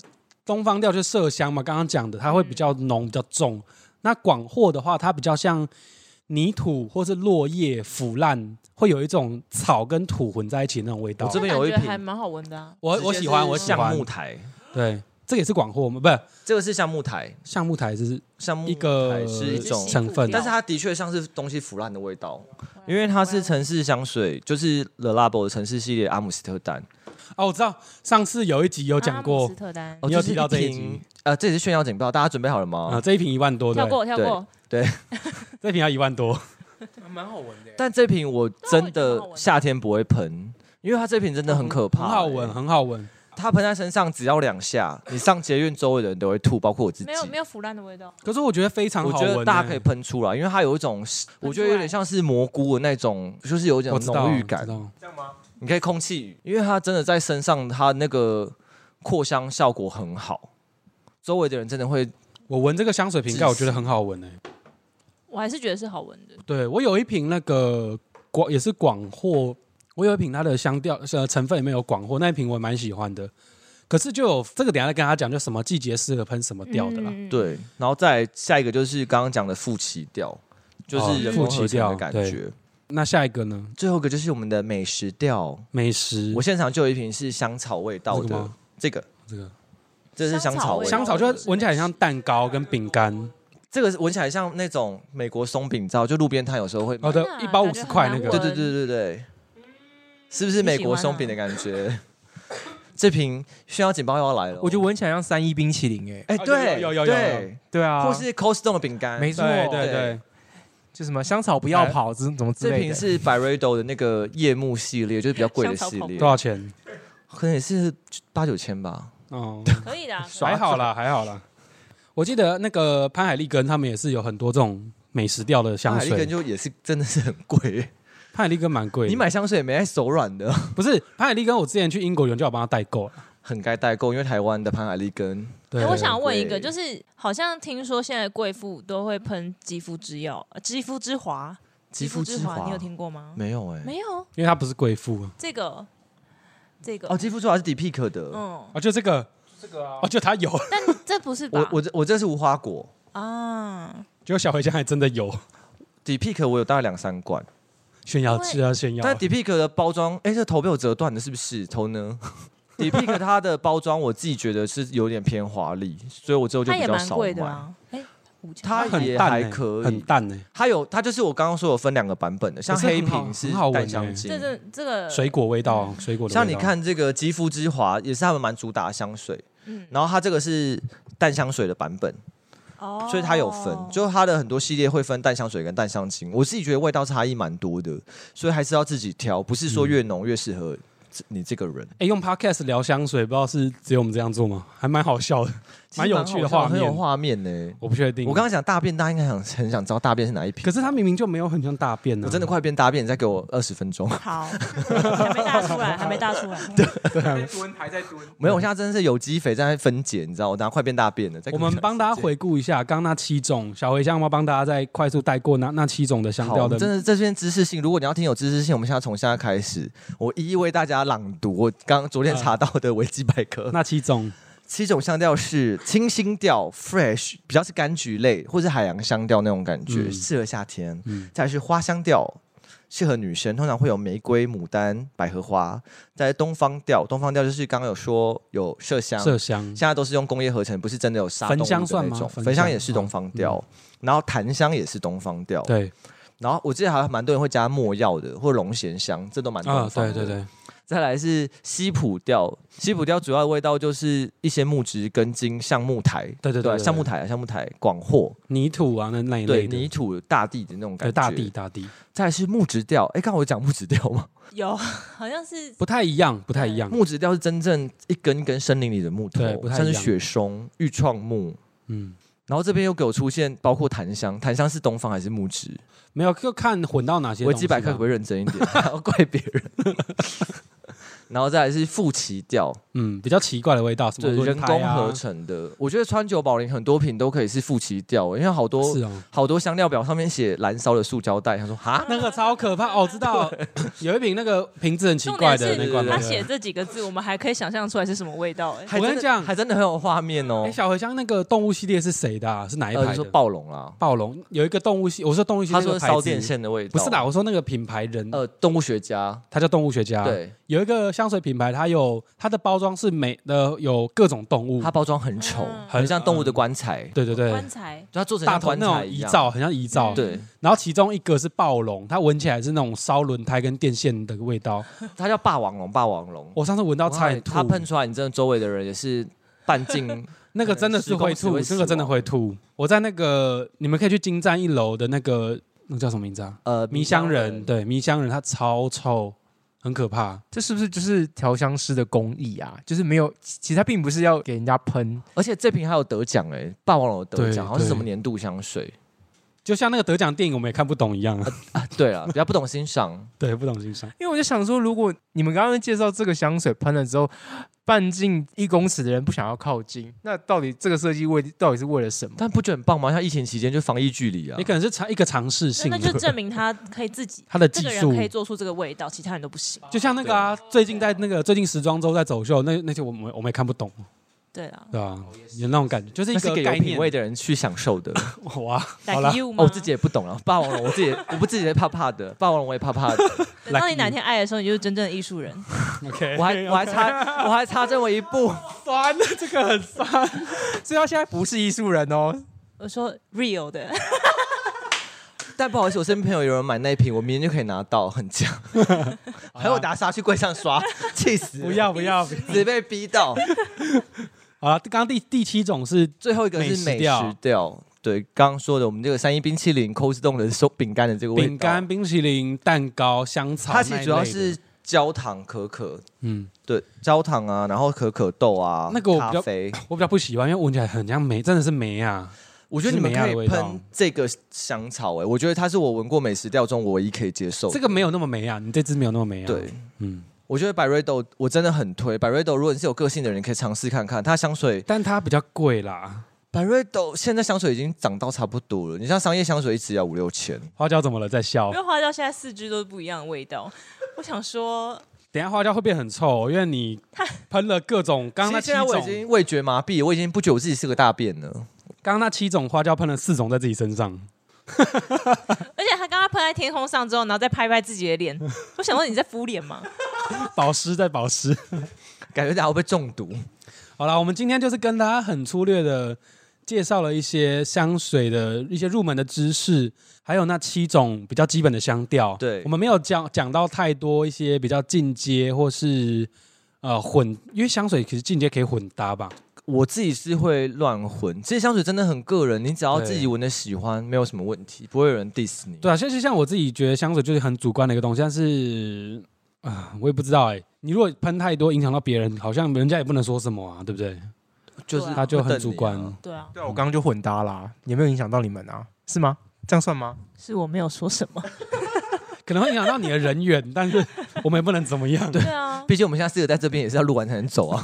东方调就是麝香嘛，刚刚讲的，它会比较浓、比较重。那广藿的话，它比较像泥土或是落叶腐烂，会有一种草跟土混在一起的那种味道
我。这边有
感
一
觉
瓶
还蛮好闻的啊。
我我喜欢，我喜
橡
欢
木。苔，
对，这个也是广藿吗？不是
这个是橡木苔，
橡木苔，就是
橡木
一个
苔是一种
木，
成分。
但是它的确像是东西腐烂的味道，因为它是城市香水，就是 The Labo 的城市系列阿姆斯特丹。
哦，我知道，上次有一集有
有
讲过
斯特
哦
丹，
你有提到这一集
就是瓶？呃，这也是炫耀警报，大家准备好了吗？
啊、这一瓶一万多，对
跳，过跳过，
这瓶要一万多。
蛮好闻的、
但这瓶我真
对我觉得蛮好
的
闻的
夏天不会喷，因为它这瓶真的很可怕、欸
欸很好闻，。很好闻。
它喷在身上只要两下，你上捷运周围的人都会吐，包括我自己
没。有没有腐烂的味道，
可是我觉得非常
我
好
觉
闻、欸
得大家可以，喷出来，因为它有一种，我觉得有点像是蘑菇的那种，就是有一
我
种
知道
浓郁感。
这样吗？
你可以空气雨，因为它真的在身上，它那个扩香效果很好，周围的人真的会
我闻这个香水瓶盖，我觉得很好闻诶、欸
我还是觉得是好闻的。
对我有一瓶那个广也是广藿，我有一瓶它的香调呃成分里面有广藿，那一瓶我也蛮喜欢的。可是就有这个，等一下再跟他讲，就什么季节适合喷什么调的啦。
嗯，
对，然后再来下一个就是刚刚讲的副旗调，就是人工合成的感
哦副旗
觉。
那下一个呢？
最后一个就是我们的美食调，
美食，
我现场就有一瓶是香草味道
这个
的
吗，哦
这个
这个
这是香草
味
味，
道
香草就闻起来很像蛋糕跟饼干。
这个闻起来像那种美国松饼皂，就路边摊有时候会买
好的
天，哪
哦一包五十块那
感觉
个
很
对
难闻
对对对对，是不是美国松饼的感觉？ [laughs] 这瓶炫耀警报又要来了，哦
我觉得闻起来像三一冰淇淋哎、
哎、
啊
对，
有有有有
对，
对啊，
或是 Cold Stone 的饼干，
没错，
对对
对
对，
就什么香草不要跑，之怎么之
这
类
瓶
的。
是 b y r e d o 的那个夜幕系列，就是比较贵的系列
多，少钱？
可能也是八九千吧。
哦，
可以的啊，可以
还好啦，还好啦。我记得那个潘海利根他们也是有很多这种美食调的香
海利根
水，
啊就也是真的是很贵，
潘海利根蛮贵的。
你买香水也没在手软的，
不是潘海利根？我之前去英国，有人叫我帮他代购了。
很该代购，因为台湾的潘海利根
对，
哎我想问一个，
对
就是好像听说现在贵妇都会喷肌肤之药、呃肌肤之华、
肌肤
之
之华
你有听过吗？
没有哎、
没有，
因为他不是贵妇啊，
这个这个，
哦，肌肤之华是 Deepik 的，
嗯，
啊就这个，这个啊，哦，就他有，
但这不是吧
我？我这我这是无花果
啊，
结果小茴香还真的有，
，Deepik 我有大概两三罐，
炫耀是啊，炫耀啊。
但 Deepik 的包装，哎、这头被我折断的，是不是头呢 [laughs] ？Deepik 它的包装我自己觉得是有点偏华丽，所以我之后就
它
比
也
较
蛮
少
贵的
买。
啊，哎，五千
它
块
很
也
淡
还
欸
可以
很淡呢。
它有，它就是我刚刚说有分两个版本的，像
可是
黑
很好
瓶是
很好闻
淡
欸
香精
这，这这个
水果味道，水果的味道。
像你看这个肌肤之华也是他们蛮主打的香水，
嗯
然后它这个是淡香水的版本，
哦
所以它有分，就它的很多系列会分淡香水跟淡香精。我自己觉得味道差异蛮多的，所以还是要自己挑，不是说
嗯
越浓越适合这你这个人。
哎，用 podcast 聊香水，不知道是只有我们这样做吗？还蛮好笑的，蛮有趣的画
很有
面。
画面呢、
我不确定。
我刚刚讲大便，大家应该想很想知道大便是哪一瓶。
可是他明明就没有很像大便啊呢、
我真的快变大便，你再给我二十分钟。
好，还没大出来，还没大出来，
还在蹲，还在蹲。
没有，我现在真的是有机肥在分解，你知道，我等下快变大便了。再
我
跟
们
你讲
帮大家
时间
回顾一下刚刚那七种小茴香，要帮大家再快速带过那那七种的香
好，
调
我们真
的。
的这边知识性，如果你要听有知识性，我们现在从现在开始，我一一为大家朗读我刚昨天查到的维基百科。
[laughs] 那七种
七种香调是清新调 （fresh），比较是柑橘类或是海洋香调那种感觉，
嗯
适合夏天。
嗯
再来是花香调，适合女生，通常会有玫瑰、牡丹、百合花。再来东方调，东方调就是刚刚有说有麝香，
麝香，
现在都是用工业合成，不是真的有杀
焚
动物
香
的
算
那
吗
种
焚
焚香
香
也是
哦
东方调，然后檀香也是东方调。
对
然后我记得还蛮多人会加墨药的，或龙涎香，这都蛮
啊，
东方
对
的。
对。对，
再来是西普调，西普调主要的味道就是一些木质根茎，像木苔，
对对对对
像木苔啊，像木苔，广藿，
泥土啊那那一
对
类
泥
的，
土大地的那种感
对
觉。
大地。大地
再来是木质调，哎，刚刚我讲木质调吗？
有好像是
不太一样，不太一样。
木质调是真正一根一根森林里的木
嗯
头
对不，太一
像
样
是雪松、玉创木。
嗯，
然后这边又给我出现包括檀香，檀香是东方还是木质？
没有就看混到哪些东
维
西啊
基
吧。
百科可不可以认真一
[laughs]
点？还要怪别人。 [laughs] 然后再来是副旗调，
嗯，比较奇怪的味道，什么
对，人
轮胎
工
啊
合成的。我觉得川久保玲很多瓶都可以是副旗调，因为好多
是哦。
好多香料表上面写燃烧的塑胶袋，他说
啊
哈，
那个超可怕哦！我知道 [coughs] 有一瓶那个瓶子很奇
重
怪
点
的那
是
罐，
对
他
对对
写这几个字，我们还可以想象出来是什么味道，哎，
还
我跟
真
你
的
讲
还真的很有画面哦
哎，。小茴香那个动物系列是谁的啊？是哪一
呃，
排
就
的
说？暴龙啦，
暴龙有一个动物系，我说动物系
他
列
说
的
是
牌
烧
子
电线的味道，
不是啦，，我说那个品牌人，
呃，动物学家，
他叫动物学家。，
对，
有一个香水品牌，它有它的包装是美的，有各种动物
它。包装很丑，
嗯
很像动物的棺材，
对对对，
棺材
就它做成
大
像
头
棺
那
材
种
一
遗
样，
照，很像遗照。
嗯
对，
然后其中一个是暴龙，它闻起来是那种烧轮胎跟电线的味道。
它叫霸王龙，霸王龙。
我上次闻到差点吐
它，喷出来，你真的周围的人也是
[laughs]
半径
那个真的是会吐，
可能十公尺会死
那个真的会吐。我在那个你们可以去金站一楼的那个那叫什么名字啊？
呃
迷香人，对，迷香人它超臭，很可怕。
这是不是就是调香师的工艺啊？就是没有，其其实他并不是要给人家喷，
而且这瓶还有得奖哎、霸王龙有得奖，
对
好像是什么
对
年度香水
就像那个得奖电影，我们也看不懂一 [laughs] 样啊。
啊？对了，比较不懂欣
[laughs]
赏，
对，不懂欣赏。
因为我就想说，如果你们刚刚介绍这个香水喷了之后，半径一公尺的人不想要靠近，那到底这个设计为到底是为了什么？
但不觉得很棒吗？像疫情期间就防疫距离啊
你，可能是尝一个尝试性
那
的，
就证明他可以自己，
他的 [laughs]
这
技
个人
术
可以做出这个味道，其他人都不行。
就像那个啊，最近在那个最近时装周在走秀，那那些我们我们也看不懂，
对啦
对吧？有那种感觉，就是一
那是
个
给有
概
品
念嗯
味的人去享受的。
哇。好啦
，like you
哦，
吗？
我自己也不懂了。霸王龙，我自己也我不自己也怕怕的，霸王龙我也怕怕
[laughs]
的。
等到
like
你哪
you
天爱的时候，你就是真正的艺术人。
OK，
我还我还差我还差这么一步。
酸，啊这个很酸， [laughs] 所以他现在不是艺术人哦。
我说 real 的，
但不好意思，我身边朋友有人买那一瓶，我明天就可以拿到，很 [laughs] 强。还有我拿沙去柜上刷，气
[laughs]
死！
不，要不要。不要
只被逼到。
好了，刚刚第第七种是
最后一个是
美
美
食调
食调，对，刚刚说的我们这个三一冰淇淋、c o s t o n 的手饼干的这个味道
饼干、，冰淇淋、蛋糕、香草那
它
一类的，
其实主要是焦糖可可，
嗯，
对，焦糖啊，然后可可豆啊，
那个我比较
咖啡。
我比较不喜欢，因为闻起来很像梅，真的是梅啊。
我觉得你们
是梅亚
可
的
以
味道
喷这个香草、欸，哎，我觉得它是我闻过美食调中我唯一可以接受的。
这个没有那么梅啊，你这支没有那么梅啊。
对，
嗯，
我觉得百瑞豆我真的很推，百瑞豆如果你是有个性的人，你可以尝试看看。它香水，
但它比较贵啦。
百瑞豆现在香水已经涨到差不多了，你像商业香水一支要五六千，
花椒怎么了？在笑
因为。花椒现在四支都是不一样的味道。我想说，
等一下花椒会变很臭，因为
[laughs]
你喷了各种。刚刚那
其
七
实现在我已
种，
经味觉麻痹，我已经不觉得我自己是个大便了。
刚刚那七种花椒喷了四种在自己身上。
而且他刚刚喷在天空上之后，然后再拍拍自己的
[laughs]
脸，我想问你在敷脸吗？
保湿在保湿。
感觉大家会被中毒。
好啦，我们今天就是跟大家很粗略的介绍了一些香水的一些入门的知识，还有那七种比较基本的香调。
对
我们没有讲讲到太多一些比较进阶或是呃混，因为香水其实进阶可以混搭吧。
我自己是会乱混，其实香水真的很个人，你只要
对
自己闻的喜欢，没有什么问题，不会有人 diss 你。
对啊，像是像我自己觉得香水就是很主观的一个东西，但是啊、我也不知道哎、你如果喷太多影响到别人，好像人家也不能说什么啊，对不对？
就是
对啊
他就
会瞪
很
你
主
啊
观。
对啊，
对啊，我刚刚就混搭啦，也没有影响到你们啊，是吗？这样算吗？
是我没有说什
[laughs]
么。
可能会影响到你的人缘，但是我们也不能怎么样，
对啊，
毕竟我们现在四个在这边也是要录完才能走啊。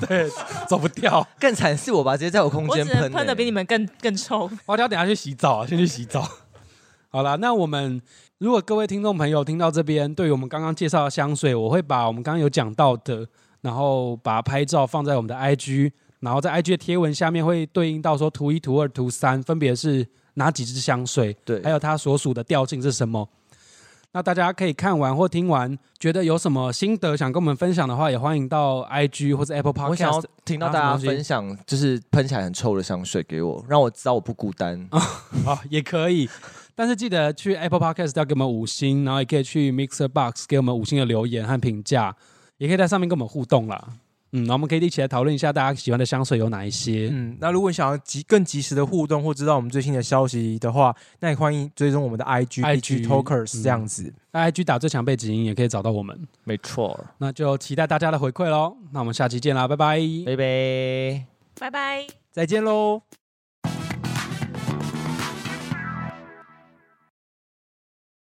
走不掉。
更惨是我吧，直接在我空
我
间
只能
喷、欸
喷的比你
们。
们更更臭。
花椒，等一下去洗澡啊，先去洗澡。 [laughs] 好啦，那我们如果各位听众朋友听到这边，对于我们刚刚介绍的香水，我会把我们刚刚有讲到的，然后把它拍照放在我们的 IG，然后在 IG 的贴文下面会对应到说图一、图二、图三分别是哪几支香水，
对
还有它所属的调性是什么。那大家可以看完或听完，觉得有什么心得想跟我们分享的话，也欢迎到 IG 或者 Apple
我想要
Podcast
听到
啊
大
什么
家
东西
分享，就是喷起来很臭的香水给我，让我知道我不孤
[laughs]
单。
啊，也可以。但是记得去 Apple Podcast 要给我们五星，然后也可以去 Mixer Box 给我们五星的留言和评价，也可以在上面跟我们互动啦。嗯，然后我们可以一起来讨论一下大家喜欢的香水有哪一些。
嗯，那如果你想要及更及时的互动或知道我们最新的消息的话，那也欢迎追踪我们的 IG
IG
Talkers
嗯
这样子。
那 IG 打最强背景音也可以找到我们，
没错，
那就期待大家的回馈喽。那我们下期见啦，拜拜。
拜拜。
拜拜。
再见喽！